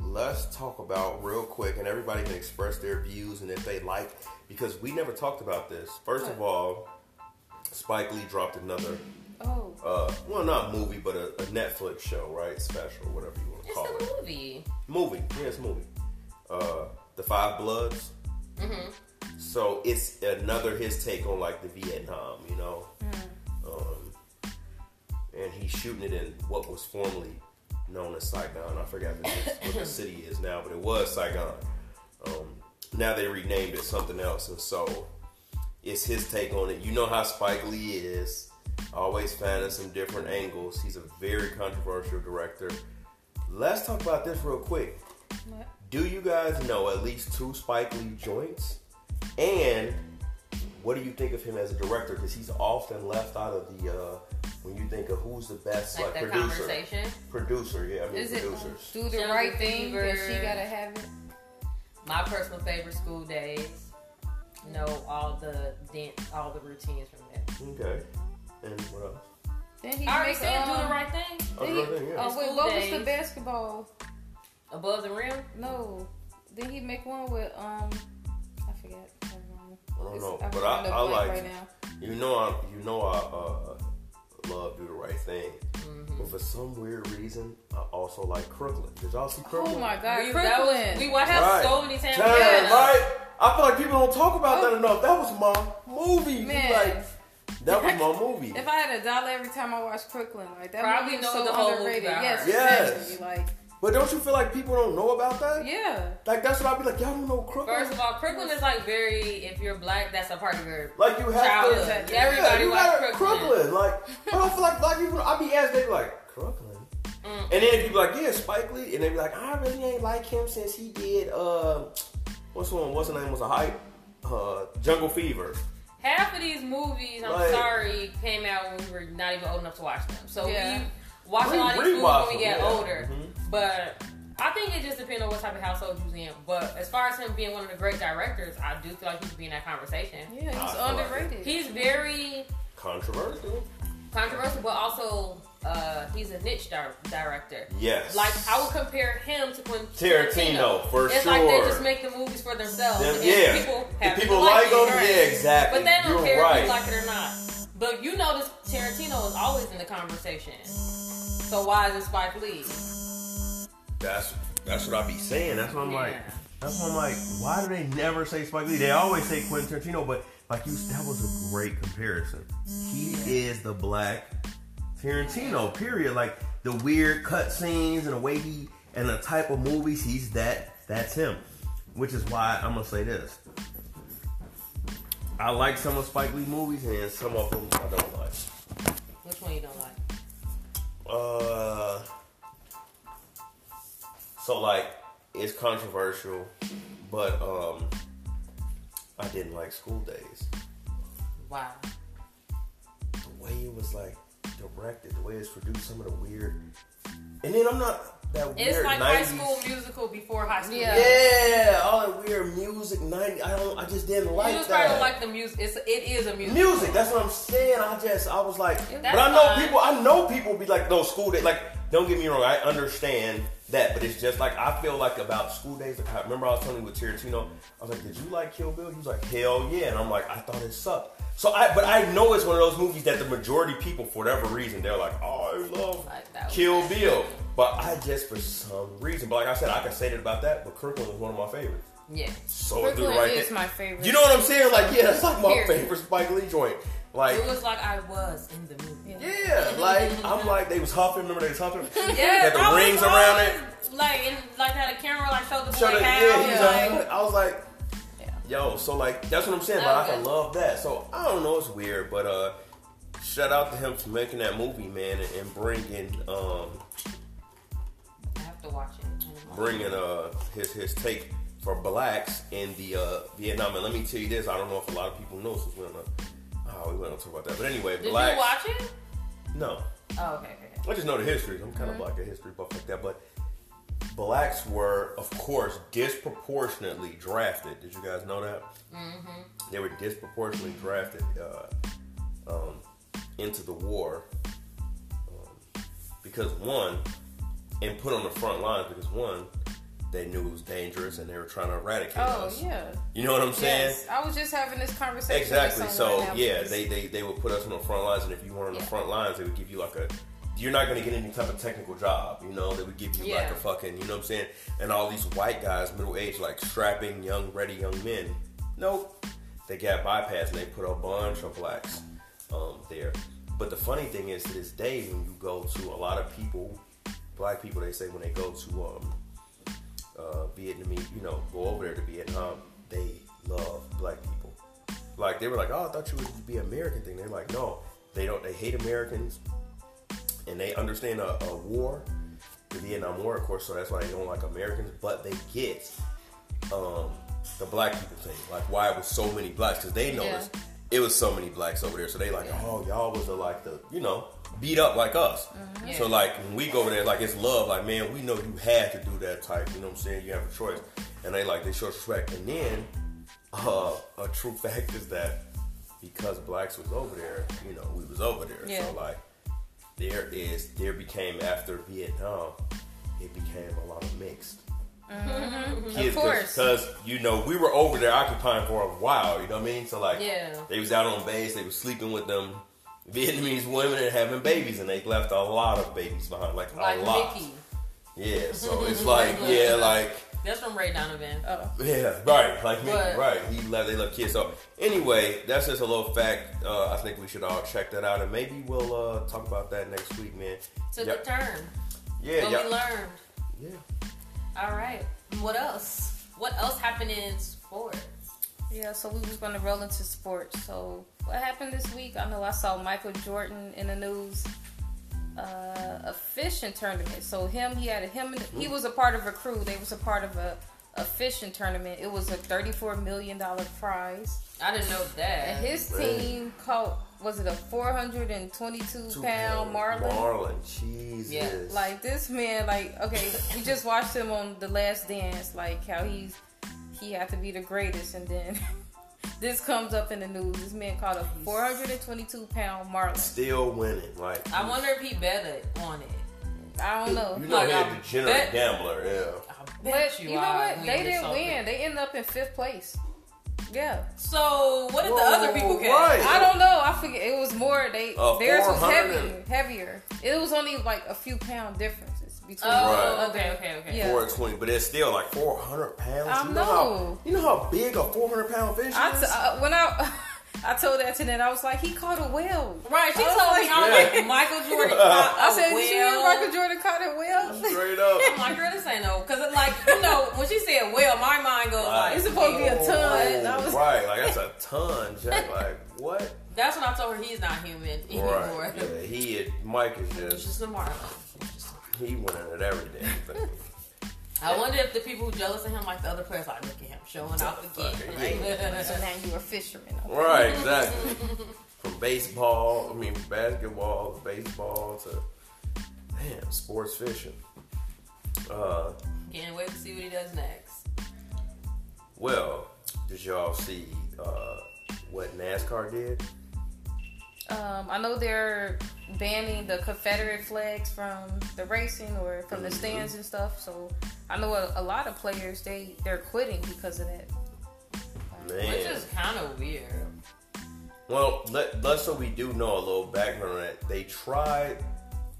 [SPEAKER 2] let's talk about real quick, and everybody can express their views and if they like, because we never talked about this. First of all, Spike Lee dropped another,
[SPEAKER 1] Oh,
[SPEAKER 2] uh, well, not movie, but a, a Netflix show, right? Special, whatever you want to
[SPEAKER 3] It's
[SPEAKER 2] call it.
[SPEAKER 3] a movie.
[SPEAKER 2] Movie, yeah, it's a movie. Uh, the Five Bloods.
[SPEAKER 3] Mhm.
[SPEAKER 2] So it's another his take on like the Vietnam, you know. Um, and he's shooting it in what was formerly known as Saigon. I forgot the, what the city is now, but it was Saigon. Um, now they renamed it something else, and so it's his take on it. You know how Spike Lee is, always finding some different angles. He's a very controversial director. Let's talk about this real quick.
[SPEAKER 1] what?
[SPEAKER 2] Do you guys know at least two Spike Lee joints? And what do you think of him as a director? Because he's often left out of the uh, when you think of who's the best
[SPEAKER 3] Like
[SPEAKER 2] like,
[SPEAKER 3] that
[SPEAKER 2] producer.
[SPEAKER 3] conversation.
[SPEAKER 2] Producer, yeah, I mean
[SPEAKER 1] Is it
[SPEAKER 2] producers.
[SPEAKER 1] do the
[SPEAKER 3] Justin
[SPEAKER 1] right thing that
[SPEAKER 3] Bieber.
[SPEAKER 1] she gotta have it?
[SPEAKER 3] my personal favorite school days. Know all the dent, all the routines from that.
[SPEAKER 2] Okay. And what else?
[SPEAKER 1] Then he
[SPEAKER 3] I already
[SPEAKER 1] make,
[SPEAKER 3] said do the
[SPEAKER 1] um,
[SPEAKER 3] right thing
[SPEAKER 2] Oh,
[SPEAKER 1] Then he-
[SPEAKER 2] right there, yeah.
[SPEAKER 1] Oh,
[SPEAKER 3] School
[SPEAKER 1] wait, what was
[SPEAKER 3] days.
[SPEAKER 1] the basketball?
[SPEAKER 3] above the rim.
[SPEAKER 1] No. Did he make one with um? I forget. Never mind.
[SPEAKER 2] I don't
[SPEAKER 1] It's-
[SPEAKER 2] know,
[SPEAKER 1] I'm
[SPEAKER 2] but
[SPEAKER 1] drawing
[SPEAKER 2] I,
[SPEAKER 1] a
[SPEAKER 2] I
[SPEAKER 1] blank
[SPEAKER 2] like
[SPEAKER 1] right now.
[SPEAKER 2] you know I you know I uh, love do the right thing,
[SPEAKER 3] Mhm.
[SPEAKER 2] but for some weird reason I also like Crooklyn. Did y'all see Crooklyn?
[SPEAKER 1] Oh my God,
[SPEAKER 3] we, that was-
[SPEAKER 1] Crooklyn.
[SPEAKER 3] we watched
[SPEAKER 2] Right.
[SPEAKER 3] so many times.
[SPEAKER 2] Damn,
[SPEAKER 1] Yeah.
[SPEAKER 2] right? I feel like people don't talk about
[SPEAKER 3] Oh.
[SPEAKER 2] that enough. That was my movie.
[SPEAKER 1] Man.
[SPEAKER 2] Like that was my movie.
[SPEAKER 1] If I had a dollar every time I watched Crooklyn, like that
[SPEAKER 3] Probably
[SPEAKER 1] movie was
[SPEAKER 3] know
[SPEAKER 1] so
[SPEAKER 3] the whole movie
[SPEAKER 1] underrated.
[SPEAKER 3] by
[SPEAKER 1] Yes,
[SPEAKER 3] heart.
[SPEAKER 2] Yes.
[SPEAKER 1] exactly. Like,
[SPEAKER 2] But don't you feel like people don't know about that?
[SPEAKER 1] yeah.
[SPEAKER 2] Like that's what I'd be like. Y'all don't know Crooklyn.
[SPEAKER 3] First of all, Crooklyn is like very. If you're black, that's a part of your
[SPEAKER 2] like you have
[SPEAKER 3] childhood.
[SPEAKER 2] to.
[SPEAKER 1] Exactly.
[SPEAKER 3] Everybody
[SPEAKER 2] you
[SPEAKER 3] watched
[SPEAKER 2] gotta-
[SPEAKER 3] Crooklyn.
[SPEAKER 2] Like I don't feel like black people. I be asking, they be like Crooklyn.
[SPEAKER 3] Mm.
[SPEAKER 2] And then people be like, yeah, Spike Lee, and they be like, I really ain't like him since he did uh, what's one? What's the name? Was a hype? Uh, Jungle Fever.
[SPEAKER 3] Half of these movies, I'm
[SPEAKER 2] Like-
[SPEAKER 3] sorry, came out when we were not even old enough to watch them. So
[SPEAKER 1] Yeah.
[SPEAKER 3] we watch
[SPEAKER 2] Re-
[SPEAKER 3] all these movies when
[SPEAKER 2] rewatch
[SPEAKER 3] we
[SPEAKER 2] them,
[SPEAKER 3] get
[SPEAKER 2] yeah.
[SPEAKER 3] older.
[SPEAKER 2] Mhm.
[SPEAKER 3] But I think it just depends on what type of household you was in. But as far as him being one of the great directors, I do feel like he should be in that conversation.
[SPEAKER 1] Yeah,
[SPEAKER 2] Nah, I
[SPEAKER 1] he's
[SPEAKER 2] feel like
[SPEAKER 1] underrated.
[SPEAKER 3] He's very
[SPEAKER 2] Controversial.
[SPEAKER 3] controversial, but also uh, he's a niche di- director.
[SPEAKER 2] Yes.
[SPEAKER 3] Like I would compare him to Quentin Tarantino.
[SPEAKER 2] Tarantino for
[SPEAKER 3] It's
[SPEAKER 2] sure.
[SPEAKER 3] like they just make the movies for themselves.
[SPEAKER 2] Them-
[SPEAKER 3] and
[SPEAKER 2] yeah.
[SPEAKER 3] people
[SPEAKER 2] if
[SPEAKER 3] have
[SPEAKER 2] people
[SPEAKER 3] to
[SPEAKER 2] like them,
[SPEAKER 3] it.
[SPEAKER 2] yeah, exactly.
[SPEAKER 3] But they don't
[SPEAKER 2] You're
[SPEAKER 3] care
[SPEAKER 2] right.
[SPEAKER 3] if you like it or not. But you know this Tarantino is always in the conversation. So why is it Spike Lee?
[SPEAKER 2] That's that's what I be saying. That's what I'm like.
[SPEAKER 3] Yeah.
[SPEAKER 2] That's what I'm like. Why do they never say Spike Lee? They always say Quentin Tarantino, but like you, that was a great comparison. He is the black Tarantino. Period. Like the weird cut scenes and the way he and the type of movies he's that. That's him. Which is why I'm gonna say this. I like some of Spike Lee movies and some of them I don't like.
[SPEAKER 3] Which one you don't like?
[SPEAKER 2] Uh, so like it's controversial, but um, I didn't like school days.
[SPEAKER 3] Wow.
[SPEAKER 2] The way it was like directed, the way it's produced, some of the weird, and then I'm not that weird.
[SPEAKER 3] It's like
[SPEAKER 2] 90s,
[SPEAKER 3] high school musical before high school.
[SPEAKER 1] Yeah.
[SPEAKER 3] Musical.
[SPEAKER 2] Yeah, all that weird music. Ninety. I don't. I just didn't like
[SPEAKER 3] you just
[SPEAKER 2] that.
[SPEAKER 3] probably don't like the music. It's it is a music.
[SPEAKER 2] music. That's what I'm saying. I just I was like,
[SPEAKER 3] That's
[SPEAKER 2] but I know
[SPEAKER 3] fine.
[SPEAKER 2] people. I know people be like, no school day. Like, don't get me wrong. I understand that, but it's just like I feel like about school days. Like, I remember I was telling you with Tarantino. I was like, did you like Kill Bill? He was like, hell yeah. And I'm like, I thought it sucked. So I, but I know it's one of those movies that the majority of people, for whatever reason, they're like, oh, I love
[SPEAKER 3] Like that was
[SPEAKER 2] Kill
[SPEAKER 3] bad.
[SPEAKER 2] Bill. But I just, for some reason, but like I said, I can say that about that. But Kirkland was one of my favorites.
[SPEAKER 3] yeah.
[SPEAKER 2] So I do
[SPEAKER 1] Crooklyn
[SPEAKER 2] the right
[SPEAKER 1] is
[SPEAKER 2] thing.
[SPEAKER 1] my favorite.
[SPEAKER 2] You know what I'm saying? Like, yeah, that's like my
[SPEAKER 1] Period.
[SPEAKER 2] favorite Spike Lee joint. Like,
[SPEAKER 3] It was like I was in the movie.
[SPEAKER 1] Yeah.
[SPEAKER 2] yeah, like I'm like they was huffing. Remember they was huffing?
[SPEAKER 3] Yeah,
[SPEAKER 2] Had the
[SPEAKER 3] I was
[SPEAKER 2] rings around it.
[SPEAKER 3] always, Like and like had a camera like showed the boy
[SPEAKER 2] Showed it-
[SPEAKER 3] how.
[SPEAKER 2] yeah, he's
[SPEAKER 1] yeah.
[SPEAKER 2] a- I was like,
[SPEAKER 1] Yeah.
[SPEAKER 2] yo, so like that's what I'm saying.
[SPEAKER 3] That
[SPEAKER 2] But
[SPEAKER 3] was
[SPEAKER 2] I can
[SPEAKER 3] good.
[SPEAKER 2] love that. So I don't know. It's weird, but uh, shout out to him for making that movie, man, and, and bringing um
[SPEAKER 3] I have to watch it.
[SPEAKER 2] bringing uh his his take for blacks in the uh Vietnam. And let me tell you this, I don't know if a lot of people know since we don't know. Oh, we won't talk about that. But anyway,
[SPEAKER 3] Did
[SPEAKER 2] blacks.
[SPEAKER 3] you watch it?
[SPEAKER 2] No.
[SPEAKER 3] Oh, okay, okay. okay.
[SPEAKER 2] I just know the history. I'm
[SPEAKER 1] Mm-hmm.
[SPEAKER 2] kind of black at history buff like that, but blacks were, of course, disproportionately drafted. Did you guys know that? Mm-hmm. They were disproportionately drafted uh, um, into the war um, because one, and put on the front lines because one, they knew it was dangerous and they were trying to eradicate
[SPEAKER 1] Oh
[SPEAKER 2] us.
[SPEAKER 1] yeah.
[SPEAKER 2] You know what I'm saying?
[SPEAKER 1] Yes, I was just having this conversation.
[SPEAKER 2] Exactly.
[SPEAKER 1] With
[SPEAKER 2] So
[SPEAKER 1] someone now,
[SPEAKER 2] yeah,
[SPEAKER 1] because-
[SPEAKER 2] they, they they would put us on the front lines, and if you weren't on the
[SPEAKER 1] Yeah.
[SPEAKER 2] front lines, they would give you like a. You're not gonna get any type of technical job, you know. They would give you like
[SPEAKER 3] Yeah.
[SPEAKER 2] a fucking, you know what I'm saying? And all these white guys, middle aged, like strapping, young, ready, young men. Nope. They got bypassed, and they put a bunch of blacks um, there. But the funny thing is, to this day, when you go to a lot of people, black people, they say when they go to um, uh, Vietnamese, you know, go over there to Vietnam, they love black people. Like they were like, oh, I thought you would be American thing. They're like, no, they don't. They hate Americans, and they understand a, a war, the Vietnam War, of course. So that's why they don't like Americans. But they get um, the black people thing, like why it was so many blacks, because they noticed it was so many blacks over there. So they like, oh, y'all was the, like the, you know, beat up like us.
[SPEAKER 3] Yeah.
[SPEAKER 2] So like when we go over there, like it's love. Like man, we know you had to do that type. You know what I'm saying? You have a choice. and they like they short respect. And then uh, a true fact is that because blacks was over there, you know, we was over there.
[SPEAKER 1] Yeah.
[SPEAKER 2] So like there is there became after Vietnam, it became a lot of mixed.
[SPEAKER 1] Of course.
[SPEAKER 2] because you know we were over there occupying for a while. You know what I mean? So like,
[SPEAKER 3] Yeah.
[SPEAKER 2] they was out on base. They was sleeping with them Vietnamese women and having babies, and they left a lot of babies behind, like, a
[SPEAKER 3] Like
[SPEAKER 2] lot.
[SPEAKER 3] Mickey.
[SPEAKER 2] Yeah, so it's like yeah, like
[SPEAKER 3] That's from Ray Donovan.
[SPEAKER 1] Oh.
[SPEAKER 2] yeah, right, like me,
[SPEAKER 3] But-
[SPEAKER 2] right. He left, they left kids. So anyway, that's just a little fact. Uh, I think we should all check that out, and maybe we'll uh, talk about that next week, man.
[SPEAKER 3] Took
[SPEAKER 2] Yeah.
[SPEAKER 3] a turn.
[SPEAKER 2] Yeah,
[SPEAKER 3] but we
[SPEAKER 2] yeah,
[SPEAKER 3] learned.
[SPEAKER 2] yeah.
[SPEAKER 3] All right. What else? What else happened in sports?
[SPEAKER 1] Yeah, so we was gonna roll into sports. So what happened this week? I know I saw Michael Jordan in the news. Uh, a fishing tournament. So him, he had a him. He was a part of a crew. They was a part of a, a fishing tournament. It was a thirty-four million dollar prize,
[SPEAKER 3] I didn't know that.
[SPEAKER 1] and his
[SPEAKER 2] Right.
[SPEAKER 1] team caught was it a four hundred and twenty-two
[SPEAKER 2] Two
[SPEAKER 1] pound marlin?
[SPEAKER 2] Marlin, Jesus.
[SPEAKER 3] Yeah,
[SPEAKER 1] Like this man, like okay, we just watched him on The Last Dance, like how he's he had to be the greatest, and then this comes up in the news. This man caught a 422 pound marlin.
[SPEAKER 2] still winning, like
[SPEAKER 3] I wonder if he betted on it.
[SPEAKER 1] I don't know,
[SPEAKER 2] You know,
[SPEAKER 3] Like,
[SPEAKER 2] he's a
[SPEAKER 3] I
[SPEAKER 2] degenerate
[SPEAKER 3] bet-
[SPEAKER 2] gambler. Yeah.
[SPEAKER 3] I
[SPEAKER 1] but
[SPEAKER 3] bet
[SPEAKER 1] you know
[SPEAKER 3] I
[SPEAKER 1] what? They
[SPEAKER 3] or
[SPEAKER 1] didn't
[SPEAKER 3] something.
[SPEAKER 1] win. They ended up in fifth place. Yeah,
[SPEAKER 3] So what did
[SPEAKER 2] Whoa,
[SPEAKER 3] the other people get?
[SPEAKER 2] right.
[SPEAKER 1] I don't know. I forget. It was more. They
[SPEAKER 2] Uh,
[SPEAKER 1] theirs was
[SPEAKER 2] 400.
[SPEAKER 1] heavier. Heavier. It was only like a few pound differences between.
[SPEAKER 3] Oh,
[SPEAKER 2] Right.
[SPEAKER 3] okay, okay, okay.
[SPEAKER 1] Yeah.
[SPEAKER 2] Four and twenty, but it's still like four hundred pounds.
[SPEAKER 1] I
[SPEAKER 2] you
[SPEAKER 1] know.
[SPEAKER 2] How, you know how big a four hundred pound fish
[SPEAKER 1] I
[SPEAKER 2] is.
[SPEAKER 1] t- uh, when I I told that to Ned, I was like, he caught a whale.
[SPEAKER 3] Right, she
[SPEAKER 1] I was
[SPEAKER 3] told me I was
[SPEAKER 2] Yeah.
[SPEAKER 3] like Michael Jordan. caught
[SPEAKER 1] I
[SPEAKER 3] a
[SPEAKER 1] said, did you hear
[SPEAKER 3] whale."
[SPEAKER 1] Michael Jordan caught it well?
[SPEAKER 2] Straight up.
[SPEAKER 3] I'm like, girl, this ain't no, cause it, like you know when she said well, my mind goes
[SPEAKER 2] Like,
[SPEAKER 3] like,
[SPEAKER 1] It's supposed to be a
[SPEAKER 2] oh,
[SPEAKER 1] ton. I was-
[SPEAKER 2] Right, like that's a ton, Jack. Like what?
[SPEAKER 3] that's when I told her he's not human anymore.
[SPEAKER 2] Right. Yeah, he and Mike is
[SPEAKER 3] It's
[SPEAKER 2] just
[SPEAKER 3] just a marlin.
[SPEAKER 2] he winning at every day.
[SPEAKER 3] I wonder if the people who jealous of him, like the other players, like look at him showing off again.
[SPEAKER 2] Right.
[SPEAKER 1] so
[SPEAKER 3] Like,
[SPEAKER 1] now you a fisherman.
[SPEAKER 2] right, exactly. From baseball, I mean basketball, to baseball to damn sports fishing. Uh,
[SPEAKER 3] Can't wait to see what he does next.
[SPEAKER 2] well, did y'all see uh, what NASCAR did?
[SPEAKER 1] Um, I know they're banning the Confederate flags from the racing or from the stands and stuff. So I know a, a lot of players they they're quitting because of that.
[SPEAKER 2] Man.
[SPEAKER 3] Which is kind of weird.
[SPEAKER 2] Well, let, let's so we do know a little background on that. They tried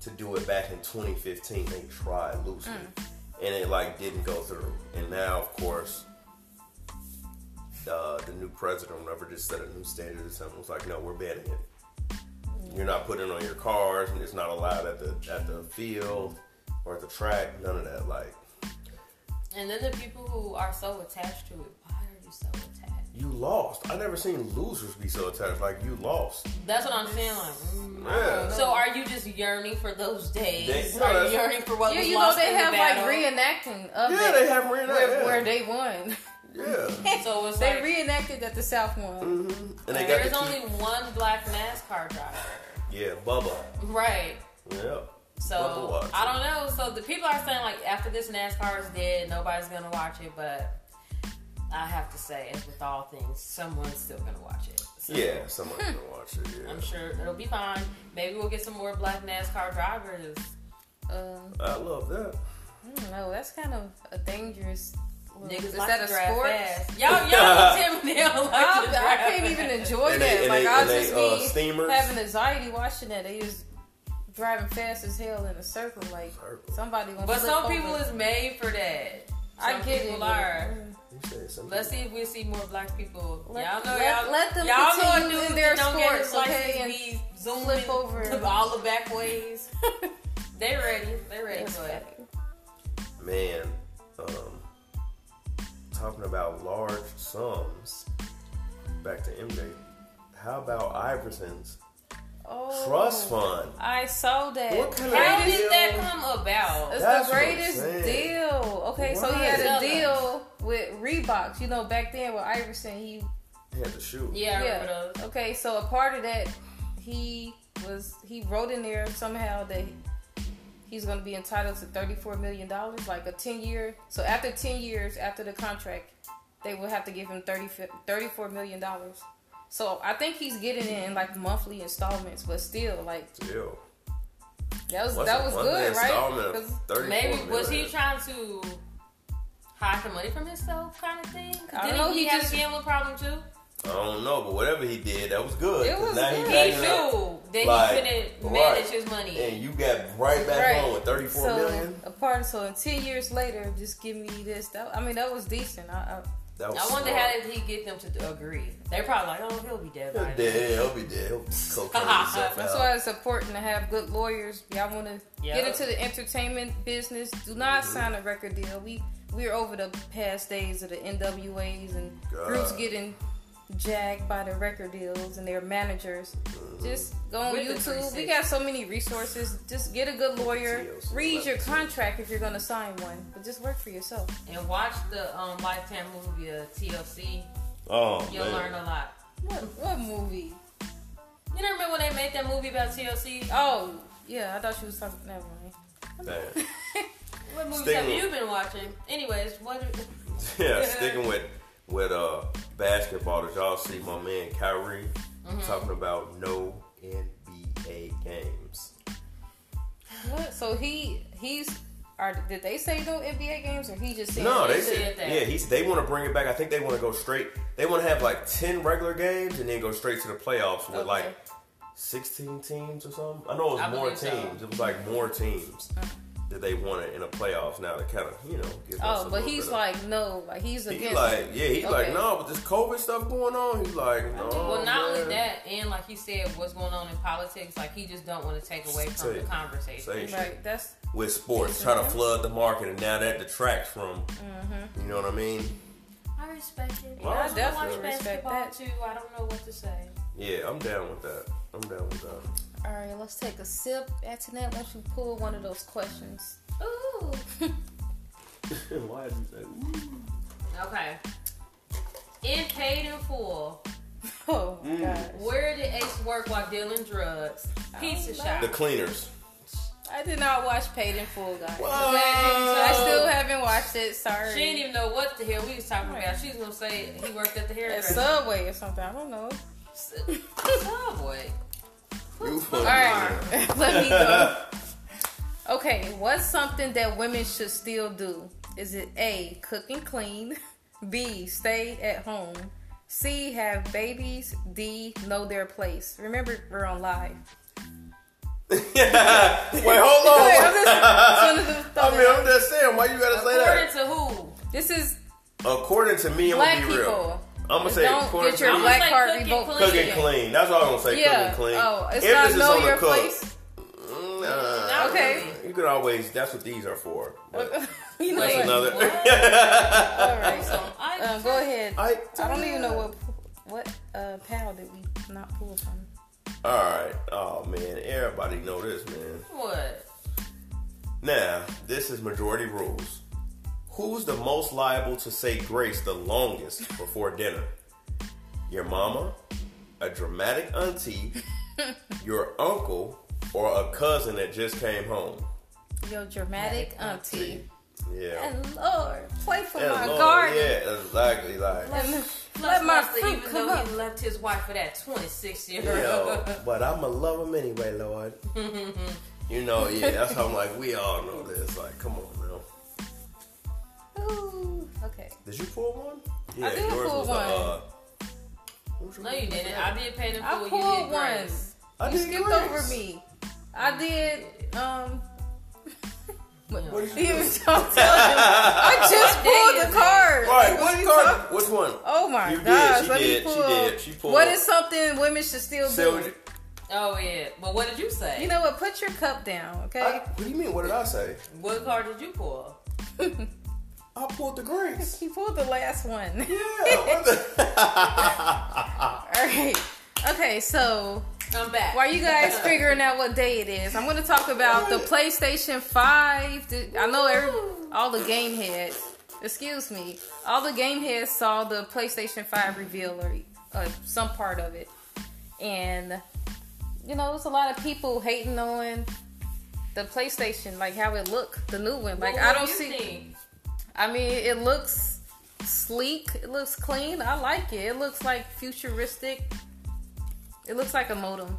[SPEAKER 2] to do it back in 2015. They tried loosely, and it like didn't go through. And now, of course, uh, the new president, whatever, just set a new standard or something. It's like, no, we're banning it. You're not putting it on your cars, and it's not allowed at the at the field or at the track. None of that. Like,
[SPEAKER 3] And then the people who are so attached to it, why are you so attached?
[SPEAKER 2] you lost. I never seen losers be so attached. Like, you lost.
[SPEAKER 3] That's what I'm saying. Like, mm.
[SPEAKER 2] Yeah.
[SPEAKER 3] so are you just yearning for those days?
[SPEAKER 2] They-
[SPEAKER 3] are
[SPEAKER 2] that's-
[SPEAKER 3] you yearning for what
[SPEAKER 1] Yeah,
[SPEAKER 3] was
[SPEAKER 1] you know
[SPEAKER 3] lost
[SPEAKER 1] they
[SPEAKER 3] in the
[SPEAKER 1] have like
[SPEAKER 3] battle?
[SPEAKER 1] reenacting of
[SPEAKER 2] Yeah,
[SPEAKER 1] that,
[SPEAKER 2] they have reenact-
[SPEAKER 1] where,
[SPEAKER 2] yeah.
[SPEAKER 1] where they won.
[SPEAKER 2] Yeah.
[SPEAKER 3] So it's
[SPEAKER 1] they
[SPEAKER 3] like,
[SPEAKER 1] reenacted that the South won.
[SPEAKER 2] And they got
[SPEAKER 3] there's
[SPEAKER 2] the
[SPEAKER 3] only one black NASCAR driver,
[SPEAKER 2] yeah, Bubba.
[SPEAKER 3] right?
[SPEAKER 2] Yeah. Bubba
[SPEAKER 3] So
[SPEAKER 2] Watson.
[SPEAKER 3] I don't know. So the people are saying like after this NASCAR is dead, nobody's gonna watch it. But I have to say, as with all things, someone's still gonna watch it. So
[SPEAKER 2] Yeah, someone's gonna watch it. Yeah.
[SPEAKER 3] Hmm. I'm sure it'll be fine. Maybe we'll get some more black NASCAR drivers.
[SPEAKER 1] Um,
[SPEAKER 2] I love that.
[SPEAKER 1] I don't know. That's kind of a dangerous.
[SPEAKER 3] Niggas
[SPEAKER 1] is
[SPEAKER 3] like
[SPEAKER 1] that a
[SPEAKER 3] to drive
[SPEAKER 1] sport? Oh,
[SPEAKER 3] fast. Y'all, y'all Tim Neal like
[SPEAKER 1] I,
[SPEAKER 2] Oh,
[SPEAKER 3] to
[SPEAKER 1] I
[SPEAKER 3] drive
[SPEAKER 1] can't even
[SPEAKER 3] fast.
[SPEAKER 1] enjoy
[SPEAKER 2] And
[SPEAKER 1] that.
[SPEAKER 2] they, and
[SPEAKER 1] like
[SPEAKER 2] they,
[SPEAKER 1] I'll
[SPEAKER 2] and they
[SPEAKER 1] just
[SPEAKER 2] uh,
[SPEAKER 1] be
[SPEAKER 2] steamers.
[SPEAKER 1] having anxiety watching that. They just driving fast as hell in a circle. Like
[SPEAKER 2] Circle.
[SPEAKER 1] somebody gonna.
[SPEAKER 3] But
[SPEAKER 1] flip
[SPEAKER 3] some people
[SPEAKER 1] over.
[SPEAKER 3] is made for that.
[SPEAKER 1] I
[SPEAKER 3] Some
[SPEAKER 1] get
[SPEAKER 3] people
[SPEAKER 1] it.
[SPEAKER 3] Are.
[SPEAKER 2] You said something.
[SPEAKER 3] Let's see if we see more black people.
[SPEAKER 1] Let-
[SPEAKER 3] y'all know
[SPEAKER 1] let-
[SPEAKER 3] y'all
[SPEAKER 1] let them
[SPEAKER 3] y'all know a
[SPEAKER 1] continue
[SPEAKER 3] dude
[SPEAKER 1] in their
[SPEAKER 3] that don't get his
[SPEAKER 1] sports, okay,
[SPEAKER 3] license,
[SPEAKER 1] and
[SPEAKER 3] be zooming
[SPEAKER 1] flip over and-
[SPEAKER 3] all the back ways. they ready. They ready
[SPEAKER 1] That's
[SPEAKER 3] for it.
[SPEAKER 1] funny.
[SPEAKER 2] Man, um, talking about large sums. Back to MJ. How about Iverson's
[SPEAKER 1] Oh,
[SPEAKER 2] trust fund?
[SPEAKER 1] I saw that.
[SPEAKER 2] What kind of-
[SPEAKER 3] How
[SPEAKER 1] Greatest-
[SPEAKER 3] did that come about?
[SPEAKER 1] It's
[SPEAKER 2] That's
[SPEAKER 1] the
[SPEAKER 2] what I'm
[SPEAKER 1] greatest
[SPEAKER 2] saying.
[SPEAKER 1] deal. Okay, so he
[SPEAKER 2] Right.
[SPEAKER 1] had a deal with Reeboks. You know, back then with Iverson, he
[SPEAKER 2] He had to shoot.
[SPEAKER 3] Yeah, I remember
[SPEAKER 1] yeah.
[SPEAKER 3] those.
[SPEAKER 1] Okay, so a part of that, he was he wrote in there somehow that he's going to be entitled to $34 million, like a 10 year. So after 10 years, after the contract, they will have to give him 30, $34 million. So I think he's getting it in like monthly installments, but still, like,
[SPEAKER 2] Ew.
[SPEAKER 1] that was,
[SPEAKER 2] What's
[SPEAKER 1] that
[SPEAKER 2] a
[SPEAKER 1] was
[SPEAKER 2] monthly
[SPEAKER 1] good,
[SPEAKER 2] installment
[SPEAKER 1] right?
[SPEAKER 2] of
[SPEAKER 1] 'Cause-
[SPEAKER 2] 34
[SPEAKER 3] Maybe was he
[SPEAKER 2] million?
[SPEAKER 3] trying to hide the money from himself, kind of thing? 'Cause
[SPEAKER 1] I don't
[SPEAKER 3] Didn't
[SPEAKER 1] know,
[SPEAKER 3] he,
[SPEAKER 1] he
[SPEAKER 3] have
[SPEAKER 1] just-
[SPEAKER 3] a gambling problem too?
[SPEAKER 2] I don't know, but whatever he did, that was good.
[SPEAKER 1] It
[SPEAKER 2] 'cause
[SPEAKER 1] was good.
[SPEAKER 2] he's
[SPEAKER 1] Like,
[SPEAKER 2] backing
[SPEAKER 3] He knew
[SPEAKER 2] up.
[SPEAKER 3] that
[SPEAKER 2] like,
[SPEAKER 3] he couldn't manage
[SPEAKER 2] right.
[SPEAKER 3] his money.
[SPEAKER 2] And you got right back
[SPEAKER 1] Right.
[SPEAKER 2] on with thirty-four
[SPEAKER 1] so
[SPEAKER 2] million.
[SPEAKER 1] a part. So in ten years later, just give me this. That I mean, that was decent. I,
[SPEAKER 2] That was
[SPEAKER 3] I wonder
[SPEAKER 2] smart.
[SPEAKER 3] how did he get them to agree? They probably like, oh, he'll be dead by
[SPEAKER 2] He'll
[SPEAKER 3] then.
[SPEAKER 2] dead. He'll be dead. He'll cocaine himself
[SPEAKER 1] I, that's
[SPEAKER 2] out.
[SPEAKER 1] why it's important to have good lawyers. Y'all want to
[SPEAKER 3] Yeah.
[SPEAKER 1] get into the entertainment business? Do not sign a record deal. We we're over the past days of the NWAs and
[SPEAKER 2] God.
[SPEAKER 1] groups getting jacked by the record deals and their managers. Just go on
[SPEAKER 3] With the
[SPEAKER 1] YouTube. We
[SPEAKER 3] 360.
[SPEAKER 1] got so many resources. Just get a good lawyer.
[SPEAKER 2] TLC,
[SPEAKER 1] Read your
[SPEAKER 2] TLC.
[SPEAKER 1] contract if you're going to sign one, but just work for yourself.
[SPEAKER 3] And watch the um, Lifetime movie uh, TLC.
[SPEAKER 2] Oh,
[SPEAKER 3] You'll learn a lot.
[SPEAKER 1] What what movie?
[SPEAKER 3] You don't remember when they made that movie about TLC?
[SPEAKER 1] Oh, yeah, I thought she was talking never mind.
[SPEAKER 2] Man.
[SPEAKER 3] What movies
[SPEAKER 2] Sting
[SPEAKER 3] have
[SPEAKER 2] Ray.
[SPEAKER 3] you been watching? Anyways, what?
[SPEAKER 2] Yeah, sticking with with uh basketball. Did y'all see my man Kyrie talking about no NBA games?
[SPEAKER 1] What? So he he's are did they say no NBA games or he just said
[SPEAKER 2] No, they
[SPEAKER 3] he said
[SPEAKER 2] said
[SPEAKER 3] that.
[SPEAKER 2] yeah. He's they want to bring it back. I think they want to go straight. They want to have like ten regular games and then go straight to the playoffs with
[SPEAKER 1] Okay.
[SPEAKER 2] like sixteen teams or something. I know it was
[SPEAKER 3] I
[SPEAKER 2] more
[SPEAKER 3] believe so.
[SPEAKER 2] teams. It was like more teams that they wanted in the playoffs. Now to kind of you know. Give us a
[SPEAKER 1] Oh, but
[SPEAKER 2] little
[SPEAKER 1] he's
[SPEAKER 2] bit of-
[SPEAKER 1] like no, like he's
[SPEAKER 2] He
[SPEAKER 1] against.
[SPEAKER 2] like, yeah, he like,
[SPEAKER 1] Okay.
[SPEAKER 2] no, with this COVID stuff going on, he's like, no.
[SPEAKER 3] well, not
[SPEAKER 2] Oh, man.
[SPEAKER 3] only that, and like he said, what's going on in politics? Like he just don't want to take away from
[SPEAKER 2] Say-
[SPEAKER 3] the conversation.
[SPEAKER 2] say shit.
[SPEAKER 1] right. That's
[SPEAKER 2] with sports, try to
[SPEAKER 1] Mm-hmm.
[SPEAKER 2] flood the market, and now that detracts from, you know what I mean?
[SPEAKER 3] I respect it.
[SPEAKER 2] Well, I
[SPEAKER 3] I, don't watch
[SPEAKER 1] definitely respect
[SPEAKER 3] basketball
[SPEAKER 1] that.
[SPEAKER 3] too. I don't know what to say.
[SPEAKER 2] Yeah, I'm down with that. I'm down with that.
[SPEAKER 1] all right. Let's take a sip. After that, once you pull one of those questions.
[SPEAKER 3] Ooh.
[SPEAKER 2] Why did you say?
[SPEAKER 3] Okay. In paid in full,
[SPEAKER 1] Oh
[SPEAKER 2] Mm.
[SPEAKER 1] my gosh.
[SPEAKER 3] where did Ace work while dealing drugs? Pizza
[SPEAKER 1] don't know.
[SPEAKER 3] shop.
[SPEAKER 2] The cleaners.
[SPEAKER 1] I did not watch Paid in Full, guys. I
[SPEAKER 2] I
[SPEAKER 1] still haven't watched it. Sorry.
[SPEAKER 3] She didn't even know what the hell we was talking
[SPEAKER 1] Right.
[SPEAKER 3] about. She was gonna say he worked at the
[SPEAKER 1] at
[SPEAKER 3] hairdresser.
[SPEAKER 1] Subway or something. I don't know.
[SPEAKER 3] Subway.
[SPEAKER 2] You
[SPEAKER 1] All
[SPEAKER 2] funny.
[SPEAKER 1] right,
[SPEAKER 2] man.
[SPEAKER 1] let me go. Okay, what's something that women should still do? Is it A, cook and clean, B, stay at home, C, have babies, D, know their place? Remember, we're on live.
[SPEAKER 2] Wait, hold on.
[SPEAKER 1] Wait, I'm just- I'm just
[SPEAKER 2] I
[SPEAKER 1] throwing
[SPEAKER 2] mean,
[SPEAKER 1] it out.
[SPEAKER 2] I'm just saying, why you gotta say
[SPEAKER 3] According
[SPEAKER 2] that?
[SPEAKER 3] to who?
[SPEAKER 1] This is
[SPEAKER 2] According to me, I'm
[SPEAKER 1] black
[SPEAKER 2] gonna be real.
[SPEAKER 1] people.
[SPEAKER 2] I'm gonna say
[SPEAKER 1] Don't
[SPEAKER 2] according
[SPEAKER 1] get
[SPEAKER 2] to
[SPEAKER 1] your
[SPEAKER 2] me,
[SPEAKER 1] black
[SPEAKER 3] say
[SPEAKER 1] card
[SPEAKER 3] cook and
[SPEAKER 1] revoked.
[SPEAKER 2] cook
[SPEAKER 3] clean.
[SPEAKER 2] and clean. That's all I'm gonna say. Cook
[SPEAKER 1] Yeah.
[SPEAKER 2] and clean.
[SPEAKER 1] Oh, it's
[SPEAKER 2] Emphasis
[SPEAKER 1] not
[SPEAKER 2] on
[SPEAKER 1] know
[SPEAKER 2] the
[SPEAKER 1] your
[SPEAKER 2] cook.
[SPEAKER 1] place.
[SPEAKER 2] Nah,
[SPEAKER 1] Okay.
[SPEAKER 2] You could always. That's what these are for. But
[SPEAKER 1] You know
[SPEAKER 2] that's
[SPEAKER 1] what?
[SPEAKER 2] another.
[SPEAKER 1] All right.
[SPEAKER 3] So I
[SPEAKER 1] Um, go ahead. I,
[SPEAKER 2] I,
[SPEAKER 1] don't even know what what uh, pal did we not pull from.
[SPEAKER 2] All right. Oh man, everybody know this, man.
[SPEAKER 3] what?
[SPEAKER 2] Now, this is majority rules. Who's the most liable to say grace the longest before dinner? Your mama, a dramatic auntie, your uncle, or a cousin that just came home?
[SPEAKER 1] Yo, dramatic auntie.
[SPEAKER 2] Yeah.
[SPEAKER 1] And Lord, play for
[SPEAKER 2] Yeah,
[SPEAKER 1] my
[SPEAKER 2] Lord,
[SPEAKER 1] garden.
[SPEAKER 2] Yeah, exactly. Like,
[SPEAKER 1] And
[SPEAKER 3] Plus,
[SPEAKER 1] let my
[SPEAKER 3] Buster,
[SPEAKER 1] fruit
[SPEAKER 3] even
[SPEAKER 1] come
[SPEAKER 3] though
[SPEAKER 1] up.
[SPEAKER 3] he left his wife for that 26 year
[SPEAKER 2] Yo,
[SPEAKER 3] old.
[SPEAKER 2] but I'ma love him anyway, Lord. you know, yeah, that's how I'm like, we all know this. Like, come on now.
[SPEAKER 1] Ooh, okay.
[SPEAKER 2] Did you pull one?
[SPEAKER 1] I did pull
[SPEAKER 2] the,
[SPEAKER 1] one.
[SPEAKER 2] uh, what
[SPEAKER 3] No, you didn't. I did pay them
[SPEAKER 1] I
[SPEAKER 3] for you.
[SPEAKER 1] pulled
[SPEAKER 3] Did
[SPEAKER 1] one.
[SPEAKER 3] grace.
[SPEAKER 2] I
[SPEAKER 1] You
[SPEAKER 2] did
[SPEAKER 1] skipped
[SPEAKER 2] grace.
[SPEAKER 1] over me. I did. Um. What
[SPEAKER 3] Yeah.
[SPEAKER 1] what you don't tell him. I just pulled the card.
[SPEAKER 2] Right,
[SPEAKER 1] Like, what are
[SPEAKER 2] which
[SPEAKER 1] you
[SPEAKER 2] card?
[SPEAKER 1] talking-
[SPEAKER 2] Which one?
[SPEAKER 1] Oh my
[SPEAKER 2] You did,
[SPEAKER 1] gosh!
[SPEAKER 2] she
[SPEAKER 1] Let
[SPEAKER 2] did, she
[SPEAKER 1] me pull.
[SPEAKER 2] did, she pulled.
[SPEAKER 1] What is something women should still
[SPEAKER 2] So,
[SPEAKER 1] do?
[SPEAKER 3] Oh, yeah. But what did you say?
[SPEAKER 1] You know what? Put your cup down,
[SPEAKER 2] I,
[SPEAKER 1] okay?
[SPEAKER 2] what do you mean? What did I say?
[SPEAKER 3] what card did you pull?
[SPEAKER 2] I pulled the grace.
[SPEAKER 1] He pulled the last one.
[SPEAKER 2] Yeah. what the-
[SPEAKER 1] All right. Okay, so
[SPEAKER 3] I'm back.
[SPEAKER 1] While you guys figuring out what day it is, I'm going to talk about the PlayStation 5. The- I know every, all the game heads, excuse me, all the game heads saw the PlayStation 5 reveal or uh, some part of it. And, you know, there's a lot of people hating on the PlayStation, like how it looked, the new one. Like
[SPEAKER 3] What
[SPEAKER 1] I
[SPEAKER 3] do
[SPEAKER 1] don't
[SPEAKER 3] you
[SPEAKER 1] see.
[SPEAKER 3] think?
[SPEAKER 1] I mean, it looks sleek. It looks clean. I like it. It looks like futuristic. It looks like a modem.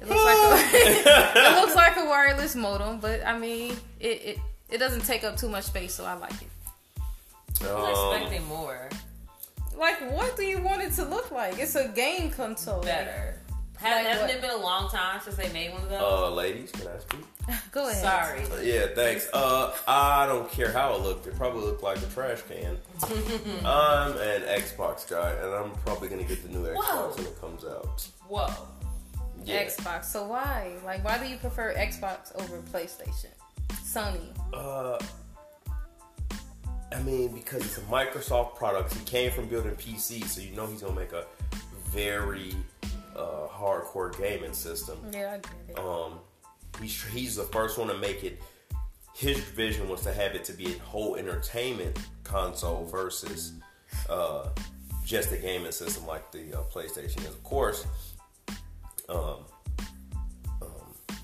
[SPEAKER 1] It looks like a, it looks like a wireless modem, but I mean, it, it it doesn't take up too much space, so I like it.
[SPEAKER 3] I
[SPEAKER 2] Um,
[SPEAKER 3] was expecting more,
[SPEAKER 1] Like, what do you want it to look like? It's a game console. Like,
[SPEAKER 3] better.
[SPEAKER 1] Like
[SPEAKER 3] Hasn't hasn't
[SPEAKER 1] what?
[SPEAKER 3] it been a long time since they made one of those?
[SPEAKER 2] Uh, ladies, can I speak?
[SPEAKER 1] Go ahead.
[SPEAKER 3] Sorry.
[SPEAKER 2] Uh, Yeah, thanks. Uh, I don't care how it looked. It probably looked like a trash can. I'm an Xbox guy, and I'm probably gonna get the new Xbox
[SPEAKER 3] Whoa.
[SPEAKER 2] when it comes out.
[SPEAKER 3] Whoa.
[SPEAKER 2] Yeah.
[SPEAKER 1] Xbox. So why? Like, why do you prefer Xbox over PlayStation? Sony.
[SPEAKER 2] uh, I mean, because it's a Microsoft product. He came from building PC, so you know he's gonna make a very uh, hardcore gaming system.
[SPEAKER 1] Yeah, I get it.
[SPEAKER 2] um, he's he's the first one to make it. His vision was to have it to be a whole entertainment console versus uh, just a gaming system like the uh, PlayStation is. Of course, um, um,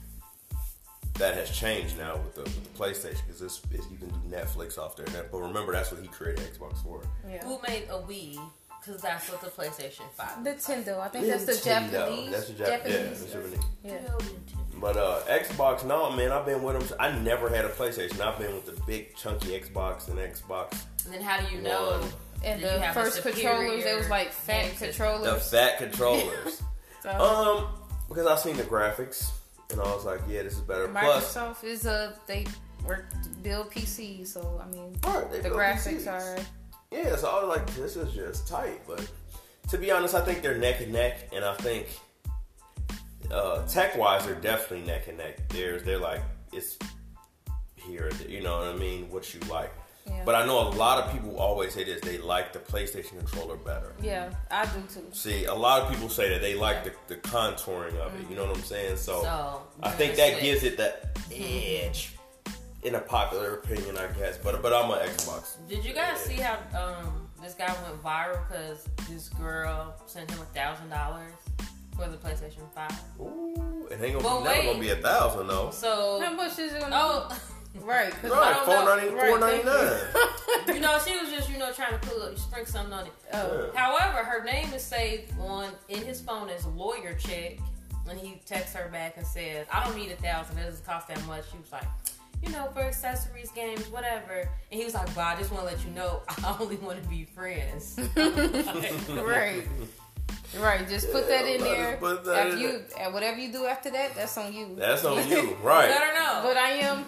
[SPEAKER 2] that has changed now with the, with the PlayStation because this is, you can do Netflix off there. But remember, that's what he created Xbox for.
[SPEAKER 1] Yeah.
[SPEAKER 3] Who made a Wii? Because that's what the PlayStation 5
[SPEAKER 1] Nintendo. I think that's the
[SPEAKER 2] Nintendo.
[SPEAKER 1] Japanese.
[SPEAKER 2] That's the Jap- Yeah,
[SPEAKER 1] Japanese.
[SPEAKER 2] that's Japanese.
[SPEAKER 1] Yeah.
[SPEAKER 2] But uh, Xbox, no man, I've been with them. I never had a PlayStation. I've been with the big chunky Xbox and Xbox.
[SPEAKER 3] And then how do you know?
[SPEAKER 2] One.
[SPEAKER 1] And
[SPEAKER 3] that you
[SPEAKER 1] the
[SPEAKER 3] have a
[SPEAKER 1] first controllers, they
[SPEAKER 3] superior
[SPEAKER 1] was like
[SPEAKER 3] game
[SPEAKER 1] fat
[SPEAKER 3] system?
[SPEAKER 2] The
[SPEAKER 1] controllers.
[SPEAKER 2] fat controllers.
[SPEAKER 1] So
[SPEAKER 2] um, because I seen the graphics and I was like, yeah, this is better. Plus,
[SPEAKER 1] Microsoft is a they work build PCs, so I mean
[SPEAKER 2] Right, they
[SPEAKER 1] the
[SPEAKER 2] build
[SPEAKER 1] graphics
[SPEAKER 2] PCs.
[SPEAKER 1] are
[SPEAKER 2] yeah, so I was like, this is just tight. But to be honest, I think they're neck and neck, and I think uh, tech wise, they're definitely neck and neck. They're they're like it's here, you know what I mean? What you like.
[SPEAKER 1] Yeah.
[SPEAKER 2] But I know a lot of people always say this. They like the PlayStation controller better.
[SPEAKER 1] yeah, I do too.
[SPEAKER 2] See, a lot of people say that they like the, the contouring of it. You know what I'm saying? So,
[SPEAKER 3] So,
[SPEAKER 2] I
[SPEAKER 3] you're
[SPEAKER 2] think
[SPEAKER 3] gonna
[SPEAKER 2] that
[SPEAKER 3] switch.
[SPEAKER 2] gives it that edge. In a popular opinion, I guess, but but I'm an Xbox.
[SPEAKER 3] Did you guys see how um, this guy went viral because this girl sent him a thousand dollars for the PlayStation Five?
[SPEAKER 2] Ooh, it ain't gonna,
[SPEAKER 3] Well,
[SPEAKER 2] be, never
[SPEAKER 3] wait.
[SPEAKER 2] gonna be a thousand though.
[SPEAKER 1] How
[SPEAKER 3] So
[SPEAKER 1] much is it gonna
[SPEAKER 3] oh,
[SPEAKER 1] be? Right, 'cause
[SPEAKER 2] Right,
[SPEAKER 1] I don't
[SPEAKER 2] four
[SPEAKER 1] know.
[SPEAKER 2] ninety
[SPEAKER 1] Right,
[SPEAKER 2] four ninety nine.
[SPEAKER 3] you know she was just you know trying to pull up, spring something on it.
[SPEAKER 1] Oh.
[SPEAKER 3] However, her name is saved on in his phone as lawyer chick, and he texts her back and says, "I don't need a thousand. It doesn't cost that much." She was like. You know, for accessories, games, whatever. And he was like, "But I just want to let you know, I only want to be friends."
[SPEAKER 1] right. Right, just put that in
[SPEAKER 2] Yeah,
[SPEAKER 1] there.
[SPEAKER 2] just put that
[SPEAKER 1] After
[SPEAKER 2] in
[SPEAKER 1] you, and whatever you do after that, that's on you.
[SPEAKER 2] That's on you,
[SPEAKER 3] I
[SPEAKER 2] right?
[SPEAKER 3] don't know.
[SPEAKER 1] But I am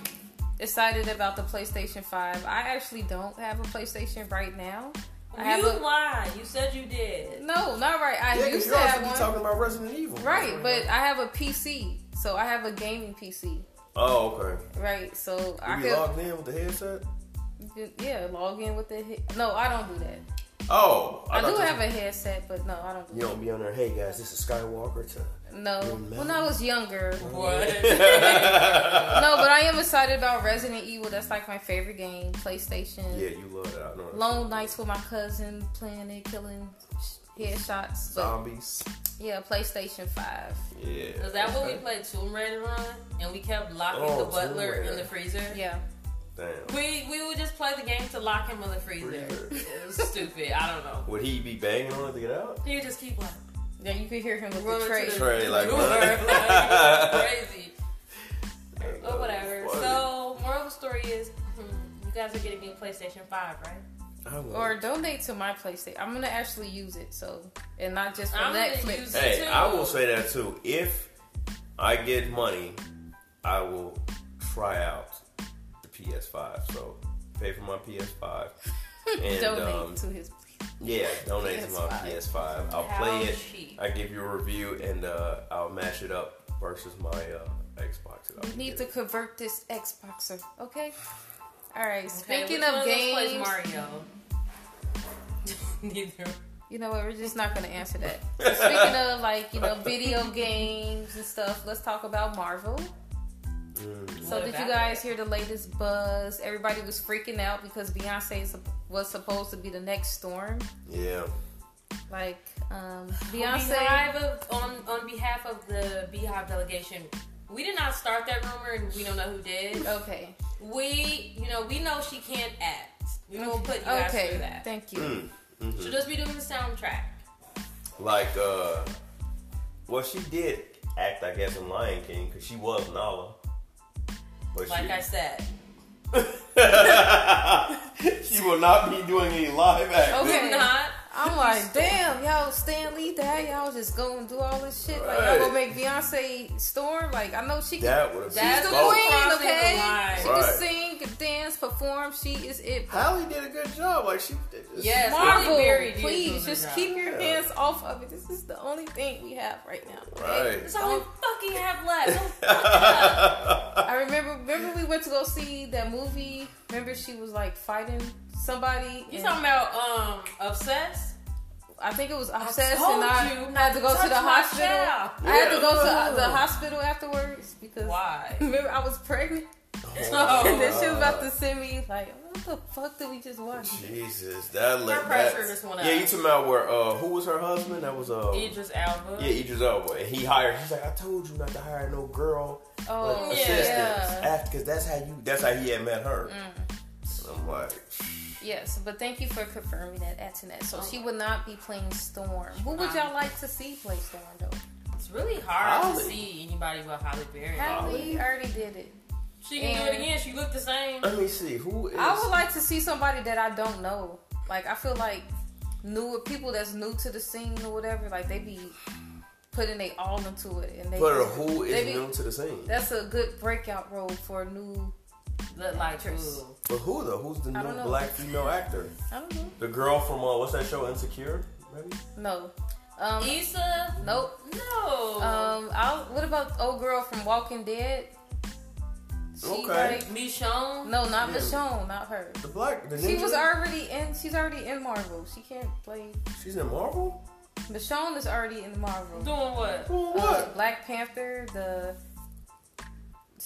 [SPEAKER 1] excited about the PlayStation 5. I actually don't have a PlayStation right now. I have
[SPEAKER 3] you
[SPEAKER 1] a,
[SPEAKER 3] lied. You said you did.
[SPEAKER 1] no, not right. I
[SPEAKER 2] Yeah, 'cause
[SPEAKER 1] used
[SPEAKER 2] you
[SPEAKER 1] to
[SPEAKER 2] also
[SPEAKER 1] have
[SPEAKER 2] be
[SPEAKER 1] one.
[SPEAKER 2] talking about Resident Evil,
[SPEAKER 1] right, but I have a PC, so I have a gaming PC.
[SPEAKER 2] oh okay.
[SPEAKER 1] Right, so
[SPEAKER 2] You
[SPEAKER 1] I
[SPEAKER 2] be
[SPEAKER 1] could
[SPEAKER 2] logged in with the headset.
[SPEAKER 1] yeah log in with the he- no, I don't do that.
[SPEAKER 2] Oh,
[SPEAKER 1] I, do
[SPEAKER 2] thought you-
[SPEAKER 1] have a headset, but no, I don't.
[SPEAKER 2] You
[SPEAKER 1] Do
[SPEAKER 2] don't be on there. Hey guys, this is Skywalker time.
[SPEAKER 1] that. No,
[SPEAKER 2] You're
[SPEAKER 1] when
[SPEAKER 2] mad.
[SPEAKER 1] I was younger,
[SPEAKER 3] What?
[SPEAKER 1] no, but I am excited about Resident Evil. That's like my favorite game, PlayStation.
[SPEAKER 2] Yeah, you love that. I know. that.
[SPEAKER 1] long nights with my cousin playing it, killing sh- headshots. But
[SPEAKER 2] Zombies.
[SPEAKER 1] yeah, PlayStation Five.
[SPEAKER 2] Yeah.
[SPEAKER 3] Is that what we played Tomb Raider on? And we kept locking
[SPEAKER 2] Oh,
[SPEAKER 3] the
[SPEAKER 2] Tomb
[SPEAKER 3] butler
[SPEAKER 2] Raider.
[SPEAKER 3] in the freezer?
[SPEAKER 1] Yeah,
[SPEAKER 2] Damn.
[SPEAKER 3] We we would just play the game to lock him in the freezer.
[SPEAKER 2] Freezer.
[SPEAKER 3] it was stupid. I don't know.
[SPEAKER 2] Would he be banging on it to get out?
[SPEAKER 3] He would just keep like
[SPEAKER 1] yeah, you could hear him with
[SPEAKER 3] running
[SPEAKER 1] the tray.
[SPEAKER 3] to the
[SPEAKER 2] Tray, like,
[SPEAKER 3] door,
[SPEAKER 2] what?
[SPEAKER 3] like, crazy.
[SPEAKER 1] Oh,
[SPEAKER 3] Or whatever. So moral of the story is hmm, you guys are getting me a PlayStation 5, right?
[SPEAKER 1] or donate to my PlayStation. I'm gonna actually use it, so and not just for
[SPEAKER 3] I'm gonna use
[SPEAKER 1] Netflix.
[SPEAKER 3] it.
[SPEAKER 2] hey,
[SPEAKER 3] too.
[SPEAKER 2] I will say that too. If I get money, I will try out the PS5. So pay for my PS5 and
[SPEAKER 1] Donate
[SPEAKER 2] um,
[SPEAKER 1] to his.
[SPEAKER 2] yeah, donate to my
[SPEAKER 1] PS5.
[SPEAKER 2] PS5. I'll
[SPEAKER 3] How
[SPEAKER 2] play it.
[SPEAKER 3] cheap.
[SPEAKER 2] I give you a review and uh, I'll match it up versus my uh, Xbox. that
[SPEAKER 1] We
[SPEAKER 2] I'll be
[SPEAKER 1] need to
[SPEAKER 2] getting.
[SPEAKER 1] convert this Xboxer, okay? All right.
[SPEAKER 3] Okay,
[SPEAKER 1] Speaking
[SPEAKER 3] which
[SPEAKER 1] of
[SPEAKER 3] one us plays
[SPEAKER 1] games,
[SPEAKER 3] Mario. Neither.
[SPEAKER 1] you know what? We're just not gonna answer that. Speaking of like you know video games and stuff, let's talk about Marvel.
[SPEAKER 2] Mm.
[SPEAKER 1] So
[SPEAKER 3] What
[SPEAKER 1] did you
[SPEAKER 3] about
[SPEAKER 1] guys hear the latest buzz? Everybody was freaking out because Beyonce is- was supposed to be the next storm.
[SPEAKER 2] Yeah.
[SPEAKER 1] Like um,
[SPEAKER 3] On
[SPEAKER 1] Beyonce,
[SPEAKER 3] behalf of- on, on behalf of the Beehive delegation, We did not start that rumor, and we don't know who did.
[SPEAKER 1] Okay.
[SPEAKER 3] We, you know, we know she can't act. We will put you guys
[SPEAKER 1] Okay.
[SPEAKER 3] through that.
[SPEAKER 1] Thank you.
[SPEAKER 2] Mm, mhm.
[SPEAKER 3] She'll just be doing the soundtrack.
[SPEAKER 2] Like, uh, well, she did act, I guess, in Lion King because she was Nala. But
[SPEAKER 3] Like
[SPEAKER 2] she,
[SPEAKER 3] I said,
[SPEAKER 2] she will not be doing any live acting.
[SPEAKER 1] Okay.
[SPEAKER 3] I'm not.
[SPEAKER 1] I'm like, damn, y'all Stan Lee dad, y'all just go and do all this shit. Like y'all
[SPEAKER 2] Right.
[SPEAKER 1] gonna make Beyonce storm. Like I know she can
[SPEAKER 2] That would have
[SPEAKER 1] She's
[SPEAKER 3] That's
[SPEAKER 1] the
[SPEAKER 2] been dope.
[SPEAKER 3] what we-
[SPEAKER 1] queen,
[SPEAKER 3] Crossing
[SPEAKER 1] okay?
[SPEAKER 3] the line.
[SPEAKER 1] She
[SPEAKER 2] Right.
[SPEAKER 1] can sing, can dance, perform. She is it.
[SPEAKER 2] Hallie did a good job. Like she. it's-
[SPEAKER 3] Yes.
[SPEAKER 1] Marvel,
[SPEAKER 3] Halle Berry did do
[SPEAKER 1] please
[SPEAKER 3] a
[SPEAKER 1] just
[SPEAKER 3] good
[SPEAKER 1] keep your
[SPEAKER 2] job.
[SPEAKER 1] hands off of it. This is the only thing we have right now.
[SPEAKER 2] Right.
[SPEAKER 3] That's all we
[SPEAKER 1] Oh.
[SPEAKER 3] fucking have left. Don't fuck it up.
[SPEAKER 2] I
[SPEAKER 1] I remember, remember we went to go see that movie. Remember she was like fighting somebody.
[SPEAKER 3] You
[SPEAKER 1] and
[SPEAKER 3] talking about um obsessed?
[SPEAKER 1] I think it was obsessed, and
[SPEAKER 3] told you
[SPEAKER 1] I
[SPEAKER 3] not
[SPEAKER 1] had to go
[SPEAKER 3] to
[SPEAKER 1] to the
[SPEAKER 3] touch my
[SPEAKER 1] hospital.
[SPEAKER 3] child.
[SPEAKER 1] I had to go
[SPEAKER 2] Yeah.
[SPEAKER 1] to the hospital afterwards because
[SPEAKER 3] Why?
[SPEAKER 1] remember I was pregnant,
[SPEAKER 3] Oh,
[SPEAKER 1] and then she was
[SPEAKER 2] uh.
[SPEAKER 1] about to send me like, "What the fuck did we just watch?"
[SPEAKER 2] Jesus, that let
[SPEAKER 3] pressure
[SPEAKER 2] that-
[SPEAKER 3] just went
[SPEAKER 2] Yeah,
[SPEAKER 3] up.
[SPEAKER 2] you talking about where? Uh, who was her husband? That was uh.
[SPEAKER 3] Idris Alba.
[SPEAKER 2] Yeah, Idris Elba, and he hired. He's like, I told you not to hire no girl
[SPEAKER 1] Oh
[SPEAKER 2] like,
[SPEAKER 3] yeah.
[SPEAKER 2] assistants, because that's how you. That's how he had met her. And I'm like,
[SPEAKER 1] Yes, but thank you for confirming that, Antoinette. So
[SPEAKER 3] Oh.
[SPEAKER 1] she would not be playing Storm. Who would y'all like to see play Storm though?
[SPEAKER 3] It's really hard
[SPEAKER 2] Holly.
[SPEAKER 3] to see anybody but Holly Berry.
[SPEAKER 1] Halle already did it.
[SPEAKER 3] She can do
[SPEAKER 1] And-
[SPEAKER 3] it again. She looked the same.
[SPEAKER 2] let me see who is.
[SPEAKER 1] I would like to see somebody that I don't know. Like I feel like newer people that's new to the scene or whatever, like they be putting they all into it and they
[SPEAKER 2] but uh, who is
[SPEAKER 1] they be-
[SPEAKER 2] new to the scene?
[SPEAKER 1] That's a good breakout role for a new
[SPEAKER 3] Look like
[SPEAKER 1] Actress.
[SPEAKER 3] ooh.
[SPEAKER 2] But who though? Who's the
[SPEAKER 1] I
[SPEAKER 2] new
[SPEAKER 1] don't know.
[SPEAKER 2] black female actor?
[SPEAKER 1] I don't know.
[SPEAKER 2] The girl from uh, what's that show? Insecure. Maybe.
[SPEAKER 1] No. Um
[SPEAKER 3] Issa.
[SPEAKER 1] Nope.
[SPEAKER 3] No.
[SPEAKER 1] Um I'll, what about old girl from Walking Dead? She
[SPEAKER 2] Okay.
[SPEAKER 1] like
[SPEAKER 3] Michonne.
[SPEAKER 1] no, not
[SPEAKER 2] Yeah.
[SPEAKER 1] Michonne, not her.
[SPEAKER 2] The black. The
[SPEAKER 1] She
[SPEAKER 2] ninja?
[SPEAKER 1] was already in. She's already in Marvel. She can't play.
[SPEAKER 2] She's in Marvel.
[SPEAKER 1] Michonne is already in Marvel.
[SPEAKER 3] Doing what?
[SPEAKER 2] Doing
[SPEAKER 1] Uh,
[SPEAKER 2] what?
[SPEAKER 1] Black Panther. The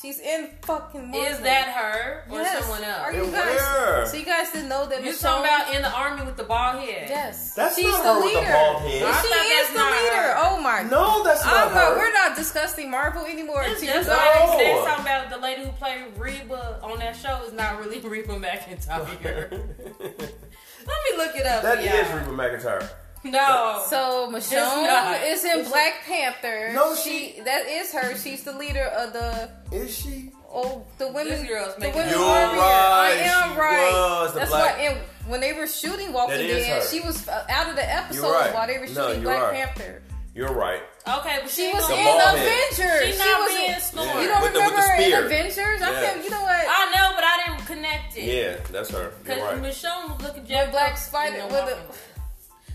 [SPEAKER 1] she's in fucking Marvel.
[SPEAKER 3] Is that her or
[SPEAKER 1] Yes.
[SPEAKER 3] someone
[SPEAKER 1] Are
[SPEAKER 3] else?
[SPEAKER 1] you
[SPEAKER 2] And
[SPEAKER 1] guys?
[SPEAKER 2] where?
[SPEAKER 1] So you guys didn't know that
[SPEAKER 3] You
[SPEAKER 1] Michonne?
[SPEAKER 3] talking about in the army with the bald head?
[SPEAKER 1] yes.
[SPEAKER 2] That's
[SPEAKER 1] she's
[SPEAKER 2] not
[SPEAKER 1] the
[SPEAKER 2] her with the
[SPEAKER 1] leader.
[SPEAKER 2] bald head. I
[SPEAKER 1] She
[SPEAKER 3] thought
[SPEAKER 1] is
[SPEAKER 3] that's
[SPEAKER 1] the
[SPEAKER 3] not
[SPEAKER 1] leader.
[SPEAKER 3] her.
[SPEAKER 1] Oh my.
[SPEAKER 2] No, that's not
[SPEAKER 1] I'm not,
[SPEAKER 2] her.
[SPEAKER 1] we're not discussing Marvel anymore.
[SPEAKER 3] That's
[SPEAKER 1] to
[SPEAKER 3] just
[SPEAKER 1] you guys.
[SPEAKER 3] like
[SPEAKER 2] No.
[SPEAKER 3] they're talking about the lady who played Reba on that show is not really Reba McIntyre. Let me look it up.
[SPEAKER 2] that
[SPEAKER 3] for
[SPEAKER 2] is
[SPEAKER 3] y'all.
[SPEAKER 2] Reba McIntyre.
[SPEAKER 3] No.
[SPEAKER 1] So
[SPEAKER 3] not.
[SPEAKER 1] Michonne is in Black Panther.
[SPEAKER 2] No,
[SPEAKER 1] That is her. She's the leader of the
[SPEAKER 2] Is she?
[SPEAKER 1] Oh, the women,
[SPEAKER 3] This girl's
[SPEAKER 1] the
[SPEAKER 3] making-
[SPEAKER 1] women
[SPEAKER 2] You're
[SPEAKER 1] army. I
[SPEAKER 2] right,
[SPEAKER 1] am
[SPEAKER 2] she
[SPEAKER 1] right.
[SPEAKER 2] was the
[SPEAKER 1] That's
[SPEAKER 2] black-
[SPEAKER 1] why. And when they were shooting Walking
[SPEAKER 2] That is
[SPEAKER 1] Dead,
[SPEAKER 2] her.
[SPEAKER 1] she was uh, out of the episode
[SPEAKER 2] right.
[SPEAKER 1] while they were
[SPEAKER 2] No,
[SPEAKER 1] shooting
[SPEAKER 2] you're
[SPEAKER 1] Black
[SPEAKER 2] right.
[SPEAKER 1] Panther.
[SPEAKER 2] You're right.
[SPEAKER 3] okay, but
[SPEAKER 1] She was
[SPEAKER 2] The
[SPEAKER 1] in
[SPEAKER 2] bald
[SPEAKER 3] in.
[SPEAKER 2] head.
[SPEAKER 1] Avengers.
[SPEAKER 3] She
[SPEAKER 1] she
[SPEAKER 3] not
[SPEAKER 1] was
[SPEAKER 3] being
[SPEAKER 1] in.
[SPEAKER 3] Storm.
[SPEAKER 2] Yeah.
[SPEAKER 1] You don't
[SPEAKER 2] With the- with
[SPEAKER 1] remember
[SPEAKER 2] the
[SPEAKER 1] her in
[SPEAKER 2] spear.
[SPEAKER 1] Avengers? I
[SPEAKER 2] Yeah.
[SPEAKER 1] can. You know what?
[SPEAKER 3] I know, but I didn't connect it.
[SPEAKER 2] Yeah, that's her. You're
[SPEAKER 3] Because
[SPEAKER 2] right.
[SPEAKER 3] Michonne was looking jacked
[SPEAKER 1] Black
[SPEAKER 3] up
[SPEAKER 1] Spider-
[SPEAKER 3] in the
[SPEAKER 1] with
[SPEAKER 3] Walking
[SPEAKER 1] the-
[SPEAKER 3] Dead.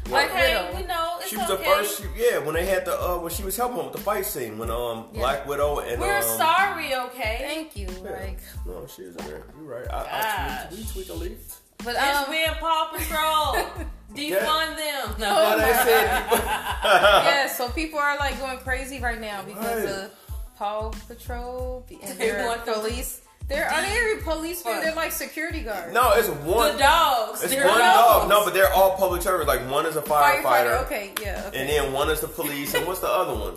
[SPEAKER 2] Well,
[SPEAKER 3] Okay,
[SPEAKER 1] Widow.
[SPEAKER 3] we know it's
[SPEAKER 2] She was
[SPEAKER 3] okay.
[SPEAKER 2] the first. she- yeah, when they had the uh, when she was helping them with the fight scene when um Black Widow and
[SPEAKER 3] We're
[SPEAKER 2] um,
[SPEAKER 3] sorry, okay?
[SPEAKER 1] Thank you.
[SPEAKER 2] yeah.
[SPEAKER 1] Like,
[SPEAKER 2] no, she is in there. You're right. I, I
[SPEAKER 3] Gosh.
[SPEAKER 2] tweet, we tweet a leaf.
[SPEAKER 1] but
[SPEAKER 3] It's
[SPEAKER 1] um,
[SPEAKER 3] we in Paw Patrol. Defund them.
[SPEAKER 2] Oh,
[SPEAKER 3] No.
[SPEAKER 2] that's it.
[SPEAKER 1] yeah. So people are like going crazy right now because
[SPEAKER 2] Right.
[SPEAKER 1] of Paw Patrol and
[SPEAKER 3] They
[SPEAKER 1] their
[SPEAKER 3] want them to-
[SPEAKER 1] police. They're are they even policemen?
[SPEAKER 3] Fuck.
[SPEAKER 1] They're like security guards.
[SPEAKER 2] No, it's one.
[SPEAKER 3] The dogs.
[SPEAKER 2] It's
[SPEAKER 3] They're
[SPEAKER 2] one
[SPEAKER 3] dogs.
[SPEAKER 2] dog. No, but they're all public servants. Like one is a firefighter,
[SPEAKER 1] Firefighter. Okay. Yeah. Okay.
[SPEAKER 2] and then one is the police, and what's the other one?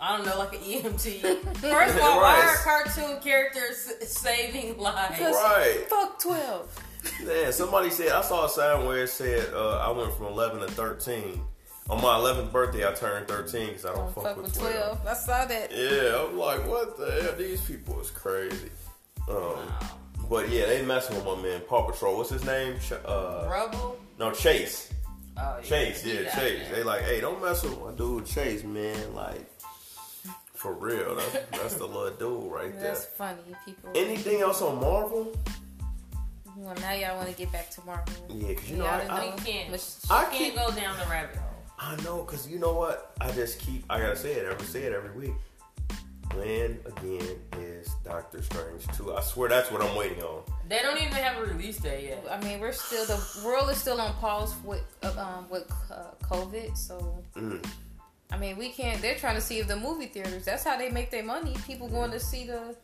[SPEAKER 3] I don't know, like an EMT. First of all, why are cartoon characters saving lives?
[SPEAKER 1] Because-
[SPEAKER 2] Right.
[SPEAKER 1] Fuck twelve.
[SPEAKER 2] Man, somebody said I saw a sign where it said uh, I went from 11 to 13. On my 11th birthday, I turned 13 because I don't,
[SPEAKER 1] Don't
[SPEAKER 2] fuck, with 12.
[SPEAKER 1] 12. I saw that.
[SPEAKER 2] Yeah, I'm like, what the hell? These people is crazy. Um, But yeah, they messing with my man Paw Patrol. What's his name? Ch- uh,
[SPEAKER 3] Rubble?
[SPEAKER 2] no, Chase.
[SPEAKER 3] Oh, yeah.
[SPEAKER 2] Chase, yeah,
[SPEAKER 3] He got
[SPEAKER 2] Chase.
[SPEAKER 3] that.
[SPEAKER 2] They like, hey, don't mess with my dude Chase, man. Like, for real, that's, that's the little dude right there.
[SPEAKER 1] That's funny, people.
[SPEAKER 2] Anything else on Marvel?
[SPEAKER 1] well, now y'all want to get back to Marvel.
[SPEAKER 2] Yeah, because you know,
[SPEAKER 1] Yeah, I
[SPEAKER 2] I,
[SPEAKER 1] didn't
[SPEAKER 2] I,
[SPEAKER 1] know.
[SPEAKER 3] We can't.
[SPEAKER 1] Mich-
[SPEAKER 2] I
[SPEAKER 3] can't
[SPEAKER 2] keep-
[SPEAKER 3] go down the rabbit hole.
[SPEAKER 2] I know, cause you know what? I just keep I gotta say it every say it every week. When again is Doctor Strange two? I swear that's what I'm waiting on.
[SPEAKER 3] They don't even have a release date yet.
[SPEAKER 1] I mean, we're still the world is still on pause with uh, um with uh, COVID. So
[SPEAKER 2] Mm.
[SPEAKER 1] I mean, we can't. They're trying to see if the movie theaters. That's how they make their money. People going to see the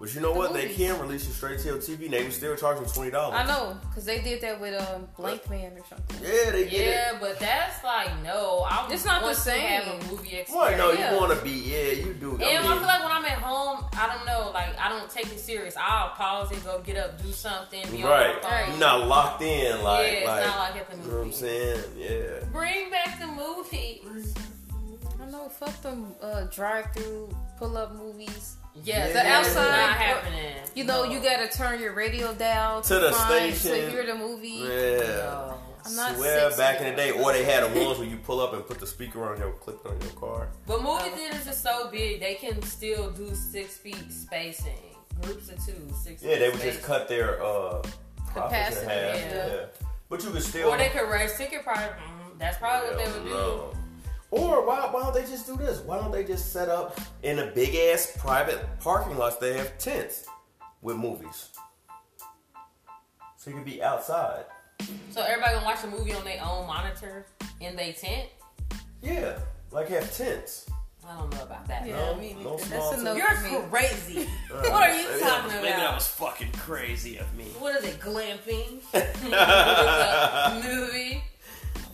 [SPEAKER 2] But you know
[SPEAKER 1] The
[SPEAKER 2] what? They
[SPEAKER 1] movies.
[SPEAKER 2] can release it straight to your TV. and They would still charging twenty dollars.
[SPEAKER 1] I know, cause they did that with um Blank Man or something.
[SPEAKER 2] Yeah, they did it.
[SPEAKER 3] Yeah, but that's like no. I would
[SPEAKER 1] It's not the
[SPEAKER 3] want to
[SPEAKER 1] same.
[SPEAKER 3] have a movie experience.
[SPEAKER 2] Well, no,
[SPEAKER 1] Yeah.
[SPEAKER 2] you want to be. Yeah, you do. I
[SPEAKER 3] And I
[SPEAKER 2] mean,
[SPEAKER 3] feel like when I'm at home, I don't know, like I don't take it serious. I'll pause and go get up, do something, be on my
[SPEAKER 2] right.
[SPEAKER 3] phone.
[SPEAKER 2] You're not locked in.
[SPEAKER 3] yeah,
[SPEAKER 2] Like,
[SPEAKER 3] it's
[SPEAKER 2] like
[SPEAKER 3] not like at the
[SPEAKER 2] you know what I'm
[SPEAKER 3] movie.
[SPEAKER 2] saying? Yeah.
[SPEAKER 3] Bring back the movies.
[SPEAKER 1] I know, fuck them uh, drive-through pull-up movies.
[SPEAKER 3] Yes,
[SPEAKER 2] The
[SPEAKER 3] that is
[SPEAKER 1] outside-
[SPEAKER 3] not happening.
[SPEAKER 1] You know,
[SPEAKER 3] No.
[SPEAKER 1] you gotta turn your radio down
[SPEAKER 2] To the
[SPEAKER 1] find-
[SPEAKER 2] station.
[SPEAKER 1] to hear the movie.
[SPEAKER 2] Yeah.
[SPEAKER 3] No.
[SPEAKER 1] I'm not
[SPEAKER 2] Swear
[SPEAKER 1] sexy.
[SPEAKER 2] back in the day, or they had the ones where you pull up and put the speaker on your clip on your car.
[SPEAKER 3] But movie theaters are so big, they can still do six feet spacing, groups of two, six.
[SPEAKER 2] Yeah,
[SPEAKER 3] feet
[SPEAKER 2] they would just
[SPEAKER 3] spacing.
[SPEAKER 2] cut their uh, profits in
[SPEAKER 1] Capacity,
[SPEAKER 2] half.
[SPEAKER 3] yeah.
[SPEAKER 2] Yeah. But you could still.
[SPEAKER 3] Or they could raise ticket prices. Mm, That's probably what they would do.
[SPEAKER 2] No. Or why, why don't they just do this? Why don't they just set up in the big ass private parking lots they have tents with movies? So you could be outside.
[SPEAKER 3] So everybody gonna watch the movie on their own monitor in their tent.
[SPEAKER 2] Yeah. Like have tents.
[SPEAKER 3] I don't know about that.
[SPEAKER 1] Yeah,
[SPEAKER 2] No,
[SPEAKER 1] me
[SPEAKER 2] no
[SPEAKER 1] neither.
[SPEAKER 2] small
[SPEAKER 1] That's a no
[SPEAKER 3] You're
[SPEAKER 1] for me.
[SPEAKER 3] crazy. what are you
[SPEAKER 2] Maybe
[SPEAKER 3] talking
[SPEAKER 2] that
[SPEAKER 3] about?
[SPEAKER 4] Maybe that was fucking crazy of me.
[SPEAKER 3] What is it, glamping? It's a movie.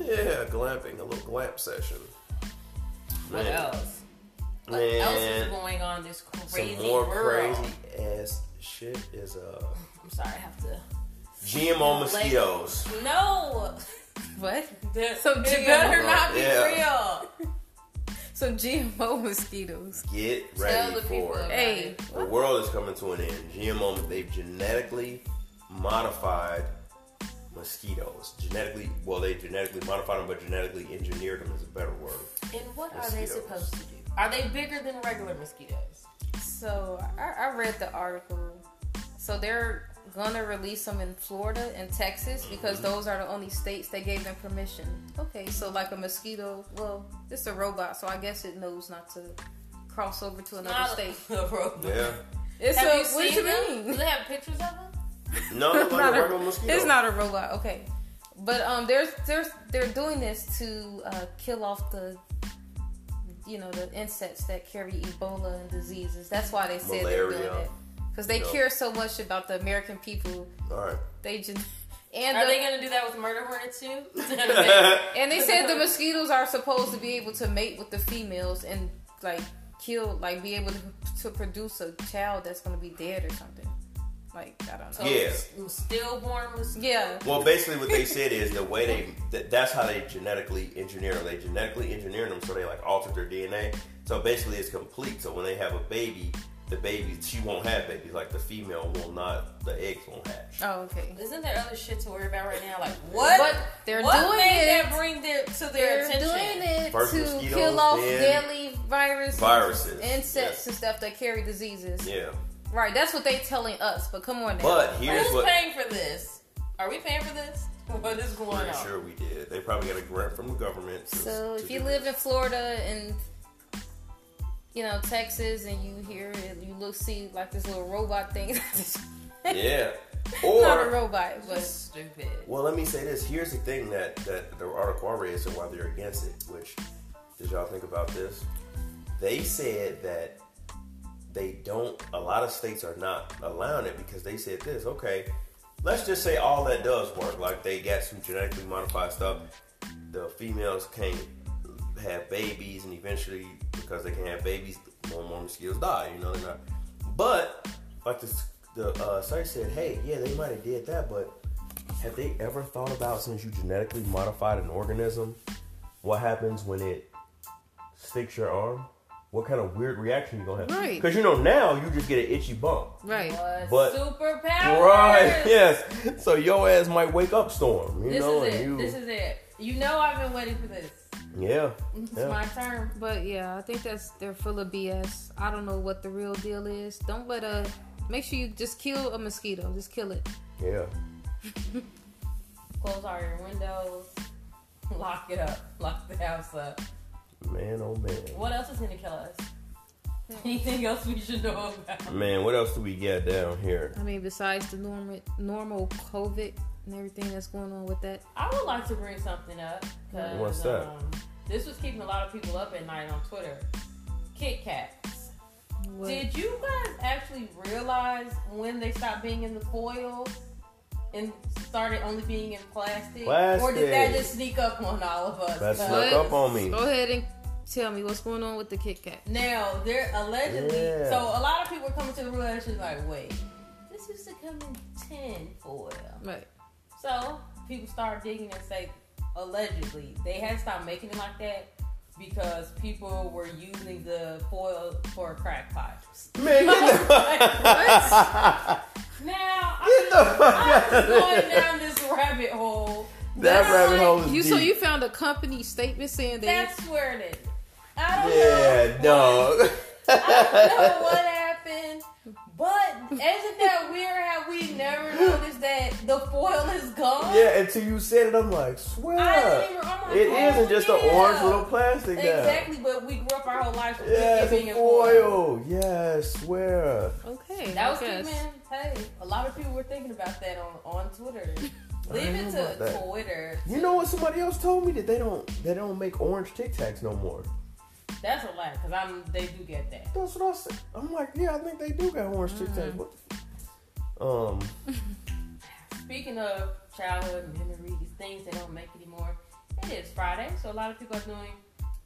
[SPEAKER 2] Yeah, glamping, a little glamp session.
[SPEAKER 3] What
[SPEAKER 2] Man.
[SPEAKER 3] else? What
[SPEAKER 2] Man.
[SPEAKER 3] else is going on in this crazy
[SPEAKER 2] Some more
[SPEAKER 3] world?
[SPEAKER 2] crazy ass shit is uh
[SPEAKER 3] I'm sorry, I have to.
[SPEAKER 2] GMO mosquitoes.
[SPEAKER 3] No,
[SPEAKER 1] What?
[SPEAKER 3] That-
[SPEAKER 1] So
[SPEAKER 3] it
[SPEAKER 1] GMO.
[SPEAKER 3] better not be
[SPEAKER 2] Yeah.
[SPEAKER 3] real.
[SPEAKER 1] Some GMO mosquitoes.
[SPEAKER 2] Get
[SPEAKER 3] Tell
[SPEAKER 2] ready
[SPEAKER 3] the people
[SPEAKER 2] for it.
[SPEAKER 3] about
[SPEAKER 1] Hey.
[SPEAKER 3] it.
[SPEAKER 2] The world is coming to an end. GMO, they've genetically modified mosquitoes. Genetically, well, they genetically modified them, but genetically engineered them is a better word.
[SPEAKER 3] And what are they
[SPEAKER 2] Mosquitoes.
[SPEAKER 3] supposed to do? Are they bigger than regular mosquitoes?
[SPEAKER 1] So I, I read the article. So they're gonna release them in Florida and Texas because those are the only states that gave them permission. Okay, so like a mosquito, well, it's a robot, so I guess it knows not to cross over to another
[SPEAKER 3] Not
[SPEAKER 1] state.
[SPEAKER 3] a robot.
[SPEAKER 2] Yeah.
[SPEAKER 1] It's
[SPEAKER 3] Have
[SPEAKER 1] a,
[SPEAKER 3] you
[SPEAKER 1] what
[SPEAKER 3] seen
[SPEAKER 1] you
[SPEAKER 3] them? Do
[SPEAKER 1] mean?
[SPEAKER 3] they have pictures of them?
[SPEAKER 2] No, like a
[SPEAKER 1] Not a-
[SPEAKER 2] regular mosquito.
[SPEAKER 1] It's not a robot. Okay, but um, there's there's they're doing this to uh, kill off the you know the insects that carry Ebola and diseases. That's why they said they're
[SPEAKER 2] Malaria.
[SPEAKER 1] doing it because they
[SPEAKER 2] Yeah.
[SPEAKER 1] care so much about the American people.
[SPEAKER 2] All right.
[SPEAKER 1] They just and
[SPEAKER 3] Are
[SPEAKER 1] the,
[SPEAKER 3] they gonna do that with murder hornets too?
[SPEAKER 1] and they said the mosquitoes are supposed to be able to mate with the females and like kill like be able to, to produce a child that's gonna be dead or something. Like I don't know.
[SPEAKER 2] Yeah.
[SPEAKER 3] Stillborn mosquitoes.
[SPEAKER 1] Yeah.
[SPEAKER 2] Well, basically, what they said is the way they th- that's how they genetically engineer them. They genetically engineer them so they like altered their DNA. So basically, it's complete. So when they have a baby, the baby she won't have babies. Like the female will not, the eggs won't hatch.
[SPEAKER 1] Oh, okay.
[SPEAKER 3] Isn't there other shit to worry about right now? Like what?
[SPEAKER 1] But they're
[SPEAKER 3] what
[SPEAKER 1] doing
[SPEAKER 3] made
[SPEAKER 1] it.
[SPEAKER 3] that bring their to
[SPEAKER 1] They're
[SPEAKER 3] their attention?
[SPEAKER 1] doing it
[SPEAKER 2] First
[SPEAKER 1] to
[SPEAKER 2] mosquitoes,
[SPEAKER 1] kill off
[SPEAKER 2] then
[SPEAKER 1] deadly viruses,
[SPEAKER 2] viruses,
[SPEAKER 1] insects,
[SPEAKER 2] yes.
[SPEAKER 1] and stuff that carry diseases.
[SPEAKER 2] Yeah.
[SPEAKER 1] Right, that's what they telling us. But come on, now.
[SPEAKER 2] But here's
[SPEAKER 3] Who's
[SPEAKER 2] what.
[SPEAKER 3] paying for this? Are we paying for this? What is going
[SPEAKER 2] Pretty
[SPEAKER 3] on?
[SPEAKER 2] sure we did. They probably got a grant from the government. To,
[SPEAKER 1] so
[SPEAKER 2] to
[SPEAKER 1] if you
[SPEAKER 2] do
[SPEAKER 1] live in
[SPEAKER 2] this.
[SPEAKER 1] Florida and you know Texas, and you hear it, you look see like this little robot thing.
[SPEAKER 2] yeah,
[SPEAKER 1] not a
[SPEAKER 2] or
[SPEAKER 1] robot, but
[SPEAKER 3] That's stupid.
[SPEAKER 2] well, let me say this. Here's the thing that that the article I read said why they're against it. Which did y'all think about this? They said that they don't. A lot of states are not allowing it because they said this. Okay, let's just say all that does work. Like they got some genetically modified stuff. The females can't have babies, and eventually, because they can have babies, more and more mosquitoes die. You know, they're not. But like the the uh, site said, hey, yeah, they might have did that, but have they ever thought about since you genetically modified an organism, what happens when it sticks your arm? What kind of weird reaction you gonna have?
[SPEAKER 1] Right.
[SPEAKER 2] Because you know now you just get an itchy bump.
[SPEAKER 1] right.
[SPEAKER 3] What
[SPEAKER 2] But-
[SPEAKER 3] superpower?
[SPEAKER 2] Right. Yes. So your ass might wake up storm. You
[SPEAKER 3] This
[SPEAKER 2] know,
[SPEAKER 3] is
[SPEAKER 2] and
[SPEAKER 3] it.
[SPEAKER 2] you.
[SPEAKER 3] This is it. You know I've been waiting for this.
[SPEAKER 2] yeah.
[SPEAKER 3] It's
[SPEAKER 2] yeah.
[SPEAKER 3] my turn.
[SPEAKER 1] But yeah, I think that's they're full of BS. I don't know what the real deal is. Don't let a make sure you just kill a mosquito. Just kill it.
[SPEAKER 2] yeah.
[SPEAKER 3] Close all your windows. Lock it up. Lock the house up.
[SPEAKER 2] Man, oh man.
[SPEAKER 3] What else is gonna kill us? Anything else we should know about?
[SPEAKER 2] Man, what else do we got down here?
[SPEAKER 1] I mean, besides the normal normal COVID and everything that's going on with that.
[SPEAKER 3] I would like to bring something up. 'cause,
[SPEAKER 2] What's that?
[SPEAKER 3] Um, this was keeping a lot of people up at night on Twitter. Kit Kats.
[SPEAKER 1] What?
[SPEAKER 3] Did you guys actually realize when they stopped being in the foil and started only being in plastic? Or did that
[SPEAKER 2] Plastic.
[SPEAKER 3] just sneak up on all of us?
[SPEAKER 2] That's
[SPEAKER 3] But-
[SPEAKER 2] snuck up on me.
[SPEAKER 1] Go ahead and tell me what's going on with the Kit Kat.
[SPEAKER 3] Now they're allegedly
[SPEAKER 2] Yeah.
[SPEAKER 3] so a lot of people are coming to the realization like, wait, this used to come in tin foil.
[SPEAKER 1] Right.
[SPEAKER 3] So people start digging and say, allegedly they had stopped making it like that because people were using the foil for crack pipes.
[SPEAKER 2] Man, get the,
[SPEAKER 3] Now
[SPEAKER 2] get the fuck
[SPEAKER 3] I'm
[SPEAKER 2] out of
[SPEAKER 3] going
[SPEAKER 2] there.
[SPEAKER 3] down this rabbit hole.
[SPEAKER 2] That rabbit hole is
[SPEAKER 1] You
[SPEAKER 2] deep.
[SPEAKER 1] so you found a company statement saying they
[SPEAKER 3] That's where it is. I don't know.
[SPEAKER 2] yeah, dog.
[SPEAKER 3] I don't know what happened, but isn't that weird how we never noticed that the foil is gone?
[SPEAKER 2] yeah, until you said it, I'm like, swear.
[SPEAKER 3] I didn't even, I'm like,
[SPEAKER 2] It
[SPEAKER 3] oh,
[SPEAKER 2] isn't just an
[SPEAKER 3] yeah.
[SPEAKER 2] orange little plastic now.
[SPEAKER 3] Exactly, but we grew up our whole lives with
[SPEAKER 2] Yes,
[SPEAKER 3] it
[SPEAKER 2] it's
[SPEAKER 3] being
[SPEAKER 2] a
[SPEAKER 3] in foil.
[SPEAKER 2] foil. Yes, swear.
[SPEAKER 1] okay.
[SPEAKER 3] That was
[SPEAKER 1] I guess.
[SPEAKER 3] good, man. Hey, a lot of people were thinking about that on, on Twitter. Leave
[SPEAKER 2] didn't
[SPEAKER 3] it
[SPEAKER 2] know about
[SPEAKER 3] to
[SPEAKER 2] that.
[SPEAKER 3] Twitter.
[SPEAKER 2] You know what? Somebody else told me that they don't they don't make orange Tic Tacs no more.
[SPEAKER 3] That's a lie, because I'm they do get that.
[SPEAKER 2] That's what I said. I'm like, yeah, I think they do got orange Tic
[SPEAKER 3] Mm.
[SPEAKER 2] Tacs. What? the f- Um,
[SPEAKER 3] Speaking of childhood memories, things they don't make anymore, it is Friday, so a lot of people are doing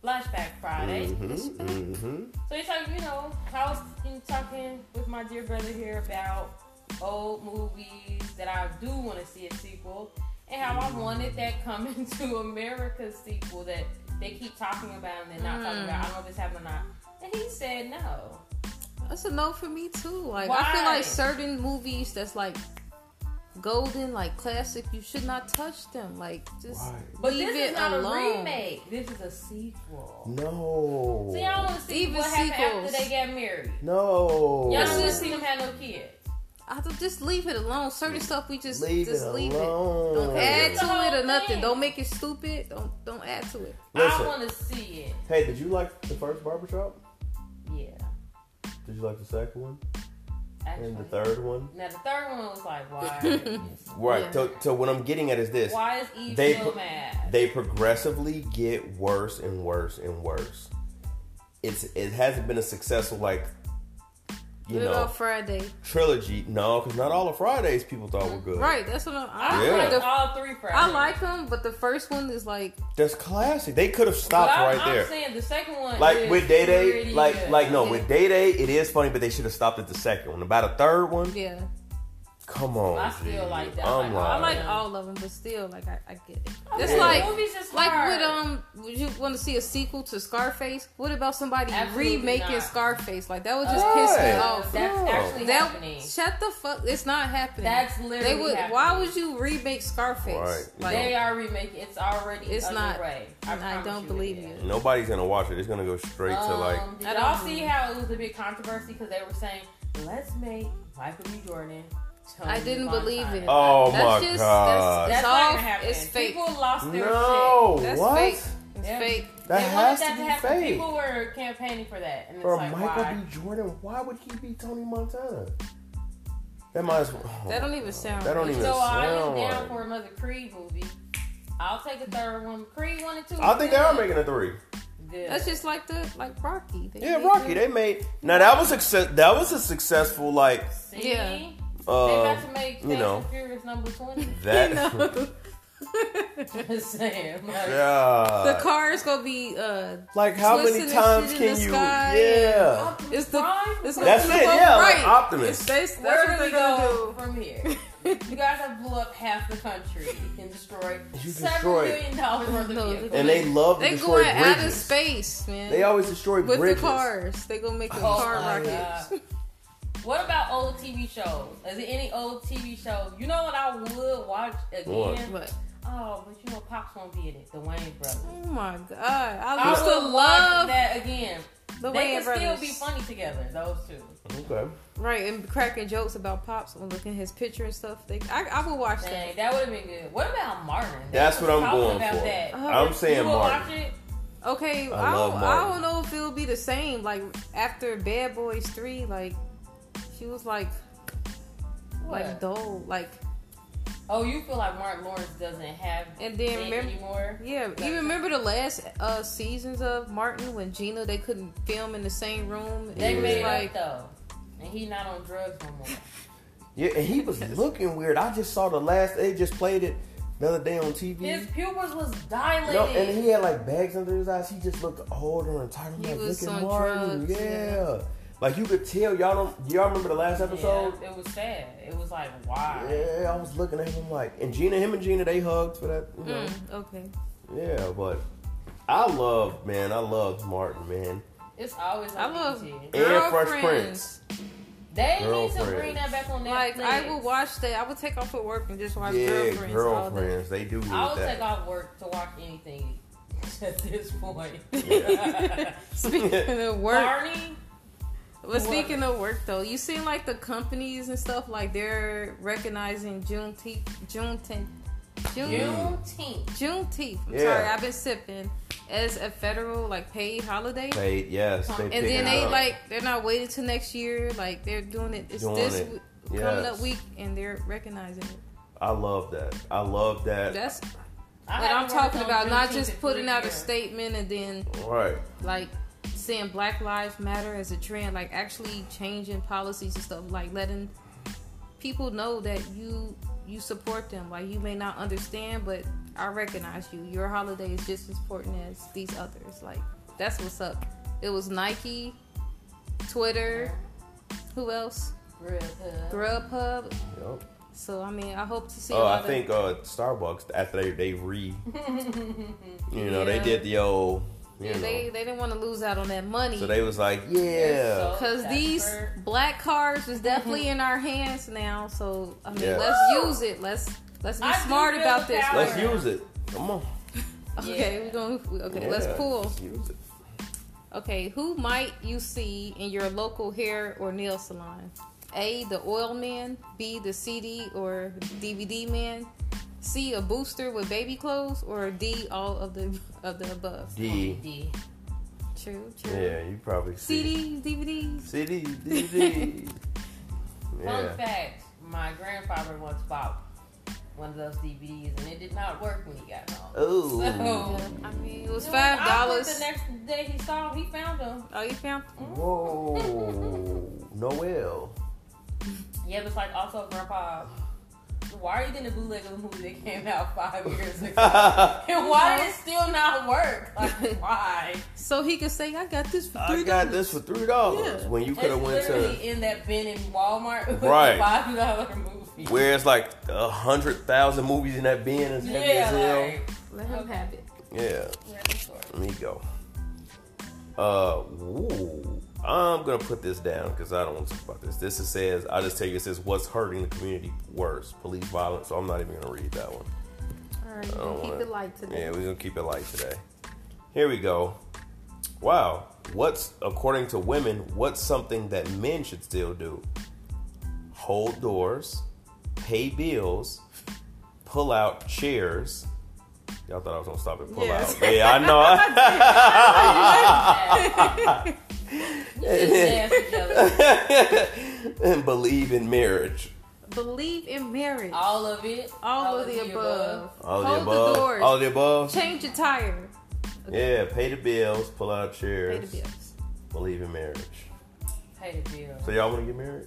[SPEAKER 3] Flashback Friday.
[SPEAKER 1] Mm-hmm.
[SPEAKER 2] mhm, mhm.
[SPEAKER 3] So it's like, you know, I was in talking with my dear brother here about old movies that I do want to see a sequel and how
[SPEAKER 1] Mm-hmm.
[SPEAKER 3] I wanted that Coming to America sequel that they keep talking about and they're not talking
[SPEAKER 1] Mm.
[SPEAKER 3] about. I don't know if it's happening or not. And he said no.
[SPEAKER 1] That's a no for me too. Like I
[SPEAKER 3] Why?
[SPEAKER 1] feel like certain movies that's like golden, like classic, you should not touch them. Like just
[SPEAKER 2] Why?
[SPEAKER 3] But
[SPEAKER 1] leave
[SPEAKER 3] this
[SPEAKER 1] it
[SPEAKER 3] is not
[SPEAKER 1] alone.
[SPEAKER 3] a remake. This is a sequel.
[SPEAKER 2] No.
[SPEAKER 3] See, I want to see
[SPEAKER 1] Even
[SPEAKER 3] what happened
[SPEAKER 1] sequels.
[SPEAKER 3] after they got married.
[SPEAKER 2] No.
[SPEAKER 3] Y'all
[SPEAKER 1] Yes,
[SPEAKER 3] don't want to
[SPEAKER 1] it's-
[SPEAKER 3] see them have no kids.
[SPEAKER 1] I don't, just leave it alone. Certain stuff we just
[SPEAKER 2] Leave
[SPEAKER 1] just
[SPEAKER 2] it
[SPEAKER 1] leave
[SPEAKER 2] alone.
[SPEAKER 1] it. Don't add
[SPEAKER 3] The whole
[SPEAKER 1] to it or nothing.
[SPEAKER 3] thing.
[SPEAKER 1] Don't make it stupid. Don't don't add to it.
[SPEAKER 2] Listen.
[SPEAKER 3] I want to see it.
[SPEAKER 2] hey, did you like the first barbershop?
[SPEAKER 3] Yeah.
[SPEAKER 2] Did you like the second one
[SPEAKER 3] Actually.
[SPEAKER 2] and the third one?
[SPEAKER 3] Now the third one was like, why?
[SPEAKER 2] Right.
[SPEAKER 1] Yeah.
[SPEAKER 2] So, so what I'm getting at is this:
[SPEAKER 3] Why is Eve
[SPEAKER 2] They
[SPEAKER 3] so
[SPEAKER 2] put-
[SPEAKER 3] mad?
[SPEAKER 2] they progressively get worse and worse and worse. It's it hasn't been a successful like you
[SPEAKER 1] Put it
[SPEAKER 2] know
[SPEAKER 1] on Friday.
[SPEAKER 2] trilogy. No, because not all of Fridays people thought were good.
[SPEAKER 1] Right. That's what I'm. I,
[SPEAKER 3] I
[SPEAKER 2] Yeah.
[SPEAKER 1] like
[SPEAKER 3] like
[SPEAKER 1] the,
[SPEAKER 3] all three Fridays.
[SPEAKER 1] I like them, but the first one is like
[SPEAKER 2] That's classic. They could have
[SPEAKER 3] But
[SPEAKER 2] stopped
[SPEAKER 3] I'm,
[SPEAKER 2] right
[SPEAKER 3] I'm
[SPEAKER 2] there.
[SPEAKER 3] saying the second one,
[SPEAKER 2] Like
[SPEAKER 3] is
[SPEAKER 2] with Day Day,
[SPEAKER 3] pretty
[SPEAKER 2] like
[SPEAKER 3] good.
[SPEAKER 2] like no, with Day Day, it is funny, but they should have stopped at the second one. About a third one,
[SPEAKER 1] yeah.
[SPEAKER 2] come on.
[SPEAKER 3] I still
[SPEAKER 2] G.
[SPEAKER 3] like that.
[SPEAKER 2] I'm
[SPEAKER 3] Like,
[SPEAKER 1] I
[SPEAKER 2] like,
[SPEAKER 1] like
[SPEAKER 3] Yeah.
[SPEAKER 1] all of them, but still like I, I get it.
[SPEAKER 3] I
[SPEAKER 1] It's
[SPEAKER 3] mean,
[SPEAKER 1] like
[SPEAKER 3] the movies is
[SPEAKER 1] Like
[SPEAKER 3] hard.
[SPEAKER 1] would um would you want to see a sequel to Scarface? What about somebody
[SPEAKER 3] Absolutely
[SPEAKER 1] remaking
[SPEAKER 3] not.
[SPEAKER 1] Scarface? Like that would just
[SPEAKER 3] Uh,
[SPEAKER 1] piss me
[SPEAKER 2] Right.
[SPEAKER 1] off.
[SPEAKER 3] That's
[SPEAKER 2] No.
[SPEAKER 3] actually
[SPEAKER 1] That
[SPEAKER 3] happening.
[SPEAKER 1] shut the fuck. It's not happening.
[SPEAKER 3] That's literally
[SPEAKER 1] they would.
[SPEAKER 3] happening.
[SPEAKER 1] Why would you remake Scarface?
[SPEAKER 2] Right.
[SPEAKER 1] Like
[SPEAKER 3] they are remaking. It's already
[SPEAKER 1] It's not.
[SPEAKER 3] underway.
[SPEAKER 1] And I
[SPEAKER 3] promise
[SPEAKER 1] don't
[SPEAKER 3] you it
[SPEAKER 1] believe
[SPEAKER 3] is.
[SPEAKER 1] you.
[SPEAKER 2] nobody's gonna watch it. It's gonna go straight to like
[SPEAKER 3] Um,
[SPEAKER 1] I
[SPEAKER 3] did y'all
[SPEAKER 1] don't-
[SPEAKER 3] see how it was a big controversy because they were saying, "Let's make Michael B. Jordan." Tony
[SPEAKER 1] I didn't
[SPEAKER 3] Montana."
[SPEAKER 1] believe it.
[SPEAKER 2] Oh
[SPEAKER 1] that's
[SPEAKER 2] my
[SPEAKER 1] just, That's,
[SPEAKER 2] god.
[SPEAKER 3] That's
[SPEAKER 1] it's
[SPEAKER 3] not
[SPEAKER 1] all.
[SPEAKER 3] gonna happen.
[SPEAKER 1] It's fake.
[SPEAKER 3] People lost their shit.
[SPEAKER 2] no,
[SPEAKER 1] That's
[SPEAKER 2] what?
[SPEAKER 1] fake. It's
[SPEAKER 3] Yeah.
[SPEAKER 1] fake.
[SPEAKER 2] That
[SPEAKER 3] they
[SPEAKER 2] has
[SPEAKER 3] wanted that
[SPEAKER 2] to
[SPEAKER 3] to,
[SPEAKER 2] be
[SPEAKER 3] happen.
[SPEAKER 2] fake.
[SPEAKER 3] People were campaigning for that, and it's
[SPEAKER 2] For
[SPEAKER 3] like,
[SPEAKER 2] Michael
[SPEAKER 3] why?
[SPEAKER 2] B. Jordan, why would he be Tony Montana? That might as well.
[SPEAKER 1] That don't even sound.
[SPEAKER 2] Oh, That don't
[SPEAKER 1] right.
[SPEAKER 2] even
[SPEAKER 3] So I am
[SPEAKER 2] sound
[SPEAKER 3] down
[SPEAKER 2] right.
[SPEAKER 3] for another Creed movie. I'll take a third one. Creed one and two.
[SPEAKER 2] I think they are making a three.
[SPEAKER 3] Good.
[SPEAKER 1] That's just like the like Rocky. They-
[SPEAKER 2] Yeah,
[SPEAKER 1] they
[SPEAKER 2] Rocky.
[SPEAKER 1] do-
[SPEAKER 2] They made now that was success. That was a successful like
[SPEAKER 3] See?
[SPEAKER 1] Yeah.
[SPEAKER 3] They
[SPEAKER 2] uh,
[SPEAKER 3] got to make
[SPEAKER 2] you
[SPEAKER 3] Fast
[SPEAKER 2] know.
[SPEAKER 3] and Furious number twenty.
[SPEAKER 1] You
[SPEAKER 2] that.
[SPEAKER 1] know?
[SPEAKER 3] Just saying. Like,
[SPEAKER 1] the
[SPEAKER 2] Yeah.
[SPEAKER 1] car's gonna be uh
[SPEAKER 2] Like how
[SPEAKER 1] twisting
[SPEAKER 2] many
[SPEAKER 1] and
[SPEAKER 2] times
[SPEAKER 1] shit in
[SPEAKER 2] can
[SPEAKER 1] the
[SPEAKER 2] you?
[SPEAKER 1] sky
[SPEAKER 2] Yeah.
[SPEAKER 3] Optimus
[SPEAKER 1] It's the
[SPEAKER 3] Prime?
[SPEAKER 1] it's gonna
[SPEAKER 2] That's
[SPEAKER 1] keep
[SPEAKER 2] it,
[SPEAKER 1] on
[SPEAKER 2] yeah, like
[SPEAKER 1] right.
[SPEAKER 2] Optimus.
[SPEAKER 1] It's, that's, that's
[SPEAKER 3] Where
[SPEAKER 1] what
[SPEAKER 3] do we
[SPEAKER 1] they're
[SPEAKER 3] go
[SPEAKER 1] gonna
[SPEAKER 3] from here? You guys have blew up half the country and destroyed
[SPEAKER 2] You
[SPEAKER 3] seven
[SPEAKER 2] destroyed-
[SPEAKER 3] million dollars worth of
[SPEAKER 1] No,
[SPEAKER 3] vehicles.
[SPEAKER 2] And they love
[SPEAKER 1] do.
[SPEAKER 2] to
[SPEAKER 1] They
[SPEAKER 2] destroy
[SPEAKER 1] going out of
[SPEAKER 2] bridges.
[SPEAKER 1] space, man.
[SPEAKER 2] They always destroy
[SPEAKER 1] with
[SPEAKER 2] bridges.
[SPEAKER 1] the cars. They gonna make a
[SPEAKER 3] Oh
[SPEAKER 1] car
[SPEAKER 3] my
[SPEAKER 1] rocket.
[SPEAKER 3] God. What about old TV shows? Is there any old TV shows? You know what I would watch again?
[SPEAKER 1] But
[SPEAKER 2] What?
[SPEAKER 3] Oh, but you know Pops won't be in it. The Wayne brothers.
[SPEAKER 1] oh my god, I
[SPEAKER 3] I
[SPEAKER 1] used to
[SPEAKER 3] would love
[SPEAKER 1] love
[SPEAKER 3] that again.
[SPEAKER 1] the
[SPEAKER 3] they
[SPEAKER 1] Wayne
[SPEAKER 3] can
[SPEAKER 1] brothers.
[SPEAKER 3] still be funny together. Those two.
[SPEAKER 2] Okay.
[SPEAKER 1] Right, and cracking jokes about pops and looking at his picture and stuff. They, I, I would watch
[SPEAKER 3] Dang,
[SPEAKER 1] that.
[SPEAKER 3] that would have been good. What about Martin? They
[SPEAKER 2] That's
[SPEAKER 3] was
[SPEAKER 2] what I'm
[SPEAKER 3] talking
[SPEAKER 2] going
[SPEAKER 3] about
[SPEAKER 2] for.
[SPEAKER 3] That.
[SPEAKER 1] Uh,
[SPEAKER 2] I'm
[SPEAKER 3] you
[SPEAKER 2] saying
[SPEAKER 3] would
[SPEAKER 2] Martin.
[SPEAKER 3] watch it.
[SPEAKER 1] Okay,
[SPEAKER 2] I
[SPEAKER 1] I,
[SPEAKER 2] love
[SPEAKER 1] don't,
[SPEAKER 2] Martin.
[SPEAKER 1] I don't know if it'll be the same. Like after Bad Boys Three, like she was like
[SPEAKER 3] What?
[SPEAKER 1] like dull, like
[SPEAKER 3] Oh, you feel like Mark Lawrence doesn't have
[SPEAKER 1] And then
[SPEAKER 3] it
[SPEAKER 1] remember-
[SPEAKER 3] anymore?
[SPEAKER 1] Yeah, you remember the last uh, seasons of Martin when Gina they couldn't film in the same room. It
[SPEAKER 3] They
[SPEAKER 1] was
[SPEAKER 3] made
[SPEAKER 1] like
[SPEAKER 3] it up though, and he not on drugs no more.
[SPEAKER 2] Yeah, and he was looking weird. I just saw the last. They just played it the other day on TV.
[SPEAKER 3] His pupils was
[SPEAKER 2] no, and
[SPEAKER 3] dilated.
[SPEAKER 2] he had like bags under his eyes. He just looked older and tired. I'm
[SPEAKER 1] He
[SPEAKER 2] like,
[SPEAKER 1] was
[SPEAKER 2] look at
[SPEAKER 1] on
[SPEAKER 2] Martin.
[SPEAKER 1] drugs,
[SPEAKER 2] yeah.
[SPEAKER 1] yeah.
[SPEAKER 2] like you could tell. Y'all don't. Y'all remember the last episode?
[SPEAKER 3] Yeah, it was sad. It was like wow.
[SPEAKER 2] Yeah, I was looking at him like, and Gina, him and Gina, they hugged for that. You know.
[SPEAKER 1] mm, okay.
[SPEAKER 2] Yeah, but I love, man, I love Martin, man,
[SPEAKER 3] It's always
[SPEAKER 1] I
[SPEAKER 3] on
[SPEAKER 1] love-
[SPEAKER 3] BET.
[SPEAKER 2] and Fresh
[SPEAKER 1] Girlfriends.
[SPEAKER 2] Prince.
[SPEAKER 3] They need to
[SPEAKER 2] Girlfriends.
[SPEAKER 3] bring that back on Netflix.
[SPEAKER 1] Like I would watch that. I would take off at work and just watch
[SPEAKER 2] Yeah,
[SPEAKER 1] girlfriends. all day.
[SPEAKER 2] girlfriends, they do need
[SPEAKER 3] I would take
[SPEAKER 2] that.
[SPEAKER 3] off work to watch anything at this point.
[SPEAKER 2] Yeah.
[SPEAKER 1] Speaking of work,
[SPEAKER 3] Barney,
[SPEAKER 1] but speaking of work though, you seen like the companies and stuff like they're recognizing Juneteenth, Juneteenth, June.
[SPEAKER 3] Juneteenth.
[SPEAKER 1] Juneteenth. I'm
[SPEAKER 2] Yeah.
[SPEAKER 1] sorry, I've been sipping as a federal like paid holiday.
[SPEAKER 2] Paid, yes, they
[SPEAKER 1] And
[SPEAKER 2] picking
[SPEAKER 1] then they
[SPEAKER 2] up.
[SPEAKER 1] like they're not waiting till next year. Like they're doing it. It's
[SPEAKER 2] Doing
[SPEAKER 1] this
[SPEAKER 2] it.
[SPEAKER 1] w coming up
[SPEAKER 2] Yes.
[SPEAKER 1] week, and they're recognizing it.
[SPEAKER 2] I love that. I love that.
[SPEAKER 1] That's
[SPEAKER 3] I
[SPEAKER 1] what
[SPEAKER 3] haven't
[SPEAKER 1] I'm
[SPEAKER 3] worked
[SPEAKER 1] talking
[SPEAKER 3] on
[SPEAKER 1] about. Not
[SPEAKER 3] Juneteenth in
[SPEAKER 1] just putting
[SPEAKER 3] three
[SPEAKER 1] out a
[SPEAKER 3] years.
[SPEAKER 1] statement and then
[SPEAKER 2] right.
[SPEAKER 1] like seeing Black Lives Matter as a trend. Like actually changing policies and stuff. Like letting people know that you you support them. Like you may not understand, but I recognize you. Your holiday is just as important as these others. Like that's what's up. It was Nike, Twitter. Who else?
[SPEAKER 3] Grubhub.
[SPEAKER 1] Grubhub.
[SPEAKER 2] Yep.
[SPEAKER 1] So I mean, I hope to see. a
[SPEAKER 2] Oh,
[SPEAKER 1] lot
[SPEAKER 2] I think uh, Starbucks after they they re, you know, they
[SPEAKER 1] Yeah.
[SPEAKER 2] did the old,
[SPEAKER 1] Of,
[SPEAKER 2] you
[SPEAKER 1] yeah,
[SPEAKER 2] know,
[SPEAKER 1] they they didn't want to lose out on that money.
[SPEAKER 2] so they was like, yeah,
[SPEAKER 3] They're so-
[SPEAKER 1] because
[SPEAKER 3] Oh, That's Mm-hmm.
[SPEAKER 1] these
[SPEAKER 3] fair.
[SPEAKER 1] black cars is definitely in our hands now, so I mean,
[SPEAKER 2] Yeah.
[SPEAKER 1] let's use it. Let's let's be
[SPEAKER 3] I do
[SPEAKER 1] smart
[SPEAKER 3] feel
[SPEAKER 1] about
[SPEAKER 3] the
[SPEAKER 1] this.
[SPEAKER 3] power.
[SPEAKER 2] let's use it. Come on,
[SPEAKER 1] Okay,
[SPEAKER 3] Yeah.
[SPEAKER 1] we're going. to Okay, let's
[SPEAKER 2] Yeah,
[SPEAKER 1] pull.
[SPEAKER 2] let's Use it.
[SPEAKER 1] Okay, who might you see in your local hair or nail salon? A. The oil man. B. The CD or DVD man. C. A booster with baby clothes. Or D. All of the of the above.
[SPEAKER 2] D.
[SPEAKER 3] D.
[SPEAKER 1] True. True.
[SPEAKER 2] Yeah, you probably see.
[SPEAKER 1] CDs, DVDs.
[SPEAKER 2] CD, DVD.
[SPEAKER 3] Fun
[SPEAKER 2] yeah.
[SPEAKER 3] fact: My grandfather once bought one of those DVDs, and it did not work when he got home.
[SPEAKER 2] Ooh.
[SPEAKER 3] So-
[SPEAKER 1] I mean, it was
[SPEAKER 3] Oh. You know, I
[SPEAKER 1] five
[SPEAKER 3] looked
[SPEAKER 1] dollars.
[SPEAKER 3] The next day he saw him, he found him.
[SPEAKER 1] Oh, you found?
[SPEAKER 2] Whoa, Noel.
[SPEAKER 3] Yeah, but it's like also grandpa. Why are you getting a bootleg of a movie that came out five years ago? and why did it still not work? Like why?
[SPEAKER 1] So he could say, "I got this for
[SPEAKER 2] I
[SPEAKER 1] three
[SPEAKER 2] got
[SPEAKER 1] dollars."
[SPEAKER 2] this for three dollars.
[SPEAKER 1] Yeah.
[SPEAKER 2] When you
[SPEAKER 3] It's
[SPEAKER 2] could have went
[SPEAKER 3] literally
[SPEAKER 2] to
[SPEAKER 3] in that bin in Walmart with
[SPEAKER 2] Right.
[SPEAKER 3] a five dollar movie.
[SPEAKER 2] where it's like a hundred thousand movies in that bin and heavy as hell.
[SPEAKER 3] Yeah,
[SPEAKER 1] Let him have it.
[SPEAKER 2] yeah.
[SPEAKER 3] like, yeah, sure.
[SPEAKER 2] Let me go. Uh, ooh, I'm gonna put this down because I don't want to talk about this. This is says I just tell you it says what's hurting the community worse: police violence. So I'm not even gonna read that one.
[SPEAKER 1] All right, you
[SPEAKER 2] don't
[SPEAKER 1] can keep
[SPEAKER 2] wanna-
[SPEAKER 1] it light today.
[SPEAKER 2] Yeah, we're gonna keep it light today. Here we go. Wow, what's according to women? What's something that men should still do? Hold doors, pay bills, pull out chairs. Y'all thought I was gonna stop and pull
[SPEAKER 1] Yes.
[SPEAKER 2] out. Yeah, I know.
[SPEAKER 3] Just dance together.
[SPEAKER 2] and believe in marriage.
[SPEAKER 1] Believe in marriage. All,
[SPEAKER 3] All of it.
[SPEAKER 1] of the above.
[SPEAKER 2] All
[SPEAKER 1] Hold
[SPEAKER 2] the above.
[SPEAKER 1] the doors.
[SPEAKER 2] All the above.
[SPEAKER 1] Change your tire.
[SPEAKER 2] Yeah, pay the bills, pull out
[SPEAKER 1] Pay
[SPEAKER 2] chairs,
[SPEAKER 1] the bills.
[SPEAKER 2] believe in marriage.
[SPEAKER 3] Pay the bill.
[SPEAKER 2] So y'all want to get married?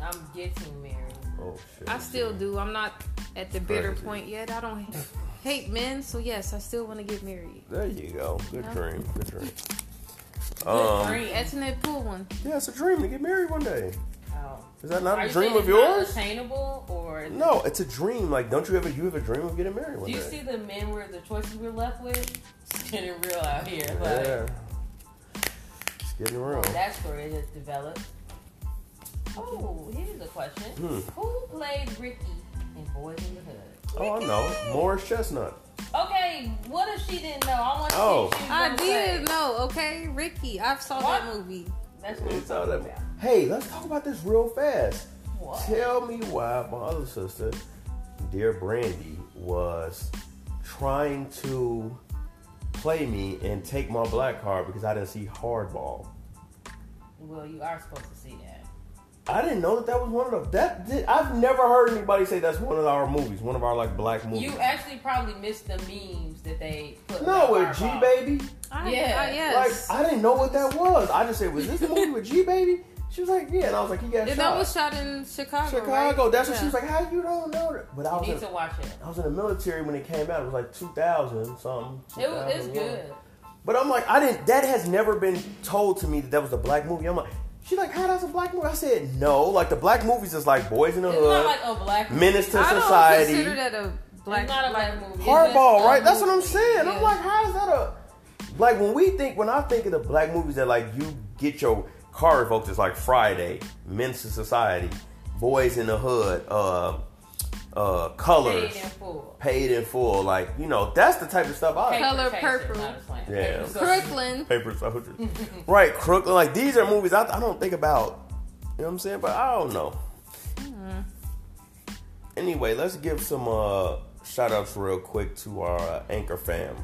[SPEAKER 3] I'm getting married.
[SPEAKER 2] Oh shit!
[SPEAKER 1] I still do. I'm not at the bitter
[SPEAKER 2] Crazy.
[SPEAKER 1] point yet. I don't hate men, so yes, I still want to get married.
[SPEAKER 2] There you go. Good
[SPEAKER 1] Yeah.
[SPEAKER 2] dream. Good dream.
[SPEAKER 3] Good
[SPEAKER 2] Um,
[SPEAKER 3] dream.
[SPEAKER 1] Ethernet pool one.
[SPEAKER 2] yeah, it's a dream to get married one day.
[SPEAKER 3] Oh.
[SPEAKER 2] Is that not
[SPEAKER 3] Are
[SPEAKER 2] a
[SPEAKER 3] you
[SPEAKER 2] dream
[SPEAKER 3] saying
[SPEAKER 2] of
[SPEAKER 3] it's not
[SPEAKER 2] yours?
[SPEAKER 3] Attainable or is it-
[SPEAKER 2] No, it's a dream. Like, don't you ever you have a dream of getting married one
[SPEAKER 3] Do you
[SPEAKER 2] day?
[SPEAKER 3] see the men where the choices we're left with? It's getting real out here. Like
[SPEAKER 2] yeah, it's getting real.
[SPEAKER 3] that story that's developed. Oh, here's a question.
[SPEAKER 2] Hmm.
[SPEAKER 3] Who played Ricky in Boys in the Hood?
[SPEAKER 2] Oh, I know. Morris Chestnut.
[SPEAKER 3] Okay, what if she didn't know? I want to
[SPEAKER 2] Oh.
[SPEAKER 3] see if she was
[SPEAKER 1] I
[SPEAKER 3] gonna
[SPEAKER 1] did
[SPEAKER 3] say.
[SPEAKER 1] know, okay? Ricky, I saw
[SPEAKER 3] What?
[SPEAKER 1] that movie.
[SPEAKER 3] That's what I'm
[SPEAKER 2] It's all that-
[SPEAKER 3] talking about.
[SPEAKER 2] Hey, let's talk about this real fast.
[SPEAKER 3] What?
[SPEAKER 2] Tell me why my other sister, dear Brandy, was trying to play me and take my black card because I didn't see Hardball.
[SPEAKER 3] Well, you are supposed to see that.
[SPEAKER 2] I didn't know that that was one of the that did, I've never heard anybody say that's one of our movies, one of our like black movies.
[SPEAKER 3] You actually probably missed the memes that they put.
[SPEAKER 2] no,
[SPEAKER 3] with
[SPEAKER 2] with G Baby.
[SPEAKER 1] I,
[SPEAKER 3] Yeah.
[SPEAKER 1] yeah, yes.
[SPEAKER 2] Like I didn't know what that was. I just said, was this the movie with G Baby? She was like, yeah, and I was like, he got
[SPEAKER 1] and
[SPEAKER 2] shot.
[SPEAKER 1] that was shot in Chicago.
[SPEAKER 2] Chicago.
[SPEAKER 1] right?
[SPEAKER 2] That's what
[SPEAKER 1] Yeah.
[SPEAKER 2] she was like. How you don't know that? But I was
[SPEAKER 3] You need
[SPEAKER 2] in,
[SPEAKER 3] to watch it.
[SPEAKER 2] I was in the military when it came out. It was like 2000 something.
[SPEAKER 3] It was, it's
[SPEAKER 2] 2001.
[SPEAKER 3] good.
[SPEAKER 2] But I'm like, I didn't. That has never been told to me that that was a black movie. I'm like, she like, how that's a black movie? I said no. Like the black movies is like Boys in the
[SPEAKER 3] It's
[SPEAKER 2] Hood,
[SPEAKER 3] not like a black
[SPEAKER 2] Menace to
[SPEAKER 1] I don't
[SPEAKER 2] Society,
[SPEAKER 1] consider that a black.
[SPEAKER 3] It's not a black movie.
[SPEAKER 2] Hardball.
[SPEAKER 3] It's
[SPEAKER 2] Right?
[SPEAKER 3] just a
[SPEAKER 2] That's what I'm
[SPEAKER 3] movie.
[SPEAKER 2] saying.
[SPEAKER 3] Yeah.
[SPEAKER 2] I'm like, how is that a like when we think when I think of the black movies that like you get your car evoked it's like Friday, Menace to Society, Boys in the Hood, uh, uh, Colors.
[SPEAKER 3] Paid in full.
[SPEAKER 2] paid in full. Like, you know, that's the type of stuff I
[SPEAKER 1] Hey. Color
[SPEAKER 3] Paper Chaser,
[SPEAKER 1] Purple.
[SPEAKER 3] not a slam.
[SPEAKER 2] Yeah.
[SPEAKER 3] Paper Chaser.
[SPEAKER 1] Brooklyn.
[SPEAKER 2] paper soldiers. right, crook. Like these are movies I, I don't think about. You know what I'm saying? But I don't know.
[SPEAKER 1] Mm-hmm.
[SPEAKER 2] Anyway, let's give some uh shout outs real quick to our uh, anchor fam.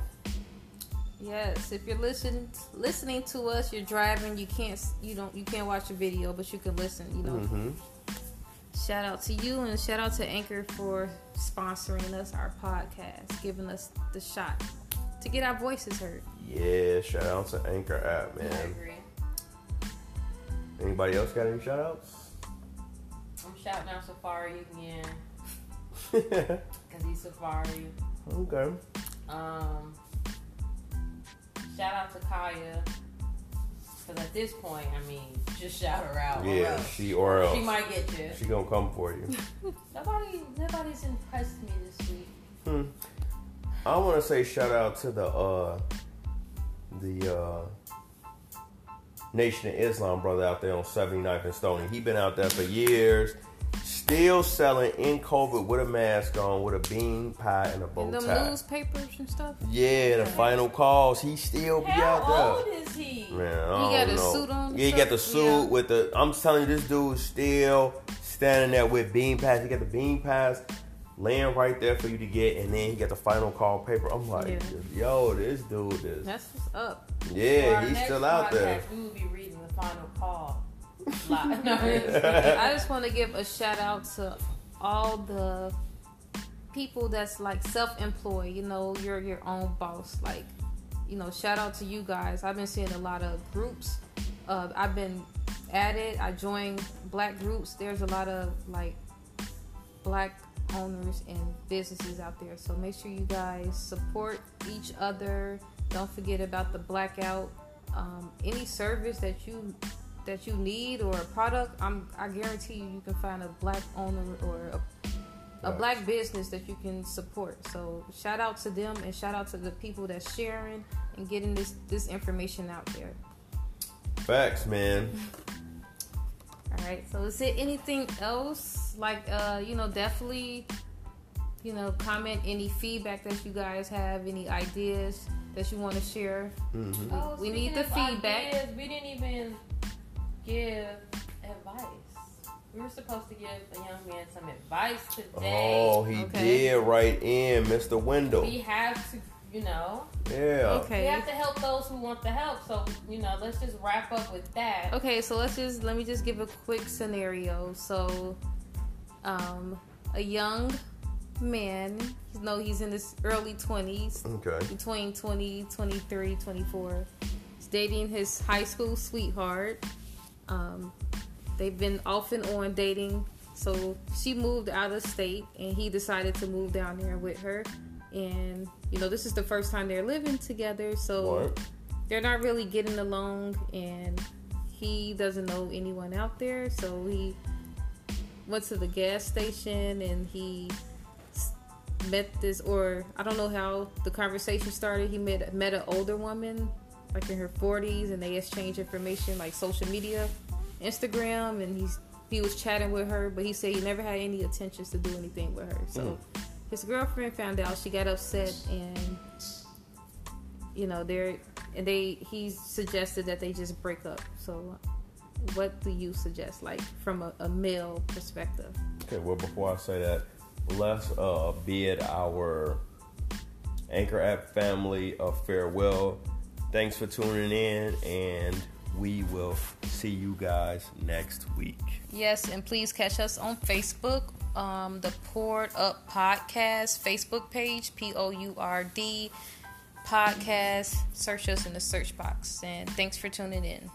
[SPEAKER 1] Yes, if you're listening listening to us, you're driving. You can't s- you don't you can't watch a video, but you can listen. You know.
[SPEAKER 2] Mm-hmm.
[SPEAKER 1] Shout out to you and shout out to Anchor for sponsoring us our podcast, giving us the shot to get our voices heard.
[SPEAKER 2] Yeah, shout out to Anchor app,
[SPEAKER 3] I
[SPEAKER 2] man.
[SPEAKER 3] agree.
[SPEAKER 2] Anybody else got any shout outs?
[SPEAKER 3] I'm shouting out Safari again because he's Safari.
[SPEAKER 2] okay.
[SPEAKER 3] Oh, Um, shout out to Kaya because at this point, I mean, just shout her out.
[SPEAKER 2] Yeah,
[SPEAKER 3] Hello.
[SPEAKER 2] she or else.
[SPEAKER 3] she might get you.
[SPEAKER 2] She gonna come for you.
[SPEAKER 3] Nobody, nobody's impressed me this week.
[SPEAKER 2] Hmm. I want to say shout out to the uh, the uh, Nation of Islam brother out there on 79th and Stony. He been out there for years, still selling in COVID with a mask on, with a bean pie and a bow
[SPEAKER 1] And them
[SPEAKER 2] tie.
[SPEAKER 1] newspapers and stuff.
[SPEAKER 2] Yeah, the final calls. He still be out there.
[SPEAKER 3] How old is he?
[SPEAKER 2] Man, I
[SPEAKER 1] He got
[SPEAKER 2] don't
[SPEAKER 1] a
[SPEAKER 2] know.
[SPEAKER 1] suit on,
[SPEAKER 2] Yeah, he got the
[SPEAKER 1] so-
[SPEAKER 2] suit
[SPEAKER 1] yeah.
[SPEAKER 2] with the. I'm telling you, this dude's still standing there with bean pass. He got the bean pass laying right there for you to get, and then he got the final call paper. I'm like,
[SPEAKER 1] Yeah.
[SPEAKER 2] yo, this dude is.
[SPEAKER 1] That's what's up.
[SPEAKER 3] For
[SPEAKER 2] yeah,
[SPEAKER 3] our
[SPEAKER 2] he's
[SPEAKER 3] next
[SPEAKER 2] still out there.
[SPEAKER 3] podcast, We will be reading the final call. Oh, Lot. No,
[SPEAKER 1] I just want to give a shout out to all the people that's like self-employed. You know, you're your own boss. Like, you know, shout out to you guys. I've been seeing a lot of groups. Uh, I've been at it. I joined black groups. There's a lot of like black owners and businesses out there. So make sure you guys support each other. Don't forget about the blackout. Um, any service that you that you need or a product, I'm I guarantee you you can find a black owner or a, a
[SPEAKER 2] Right.
[SPEAKER 1] black business that you can support. So shout out to them and shout out to the people that's sharing and getting this this information out there.
[SPEAKER 2] Facts, man.
[SPEAKER 1] All right. So is it anything else? Like, uh, you know, definitely, you know, comment any feedback that you guys have, any ideas that you want to share.
[SPEAKER 2] Mhm.
[SPEAKER 1] We- we
[SPEAKER 3] Oh, speaking
[SPEAKER 1] need the
[SPEAKER 3] of
[SPEAKER 1] feedback.
[SPEAKER 3] ideas, we didn't even give advice. We were supposed to give a young man some advice today.
[SPEAKER 2] Oh, he
[SPEAKER 1] Okay.
[SPEAKER 2] did right in, Mr. Window.
[SPEAKER 3] We have to, you know,
[SPEAKER 2] Yeah.
[SPEAKER 1] Okay.
[SPEAKER 3] we have to help those who want the help. So, you know, let's just wrap up with that.
[SPEAKER 1] Okay, so let's just let me just give a quick scenario. So, um, a young man, you know, he's in his early 20s,
[SPEAKER 2] Okay.
[SPEAKER 1] between 20, 23, 24. He's dating his high school sweetheart. Um, they've been off and on dating. So she moved out of state and he decided to move down there with her. And, you know, this is the first time they're living together. So
[SPEAKER 2] Alright.
[SPEAKER 1] they're not really getting along and he doesn't know anyone out there so he went to the gas station and he s- met this or i don't know how the conversation started he met met an older woman like in her 40s and they exchanged information like social media instagram and he's he was chatting with her but he said he never had any intentions to do anything with her so his girlfriend found out she got upset and you know they're and they he suggested that they just break up so what do you suggest like from a, a male perspective
[SPEAKER 2] Okay, well, before I say that, let's uh, bid our Anchor App family a farewell. Thanks for tuning in, and We will see you guys next week.
[SPEAKER 1] Yes, and please catch us on Facebook, um, the Poured Up Podcast Facebook page, P O U R D Podcast. Search us in the search box. And thanks for tuning in.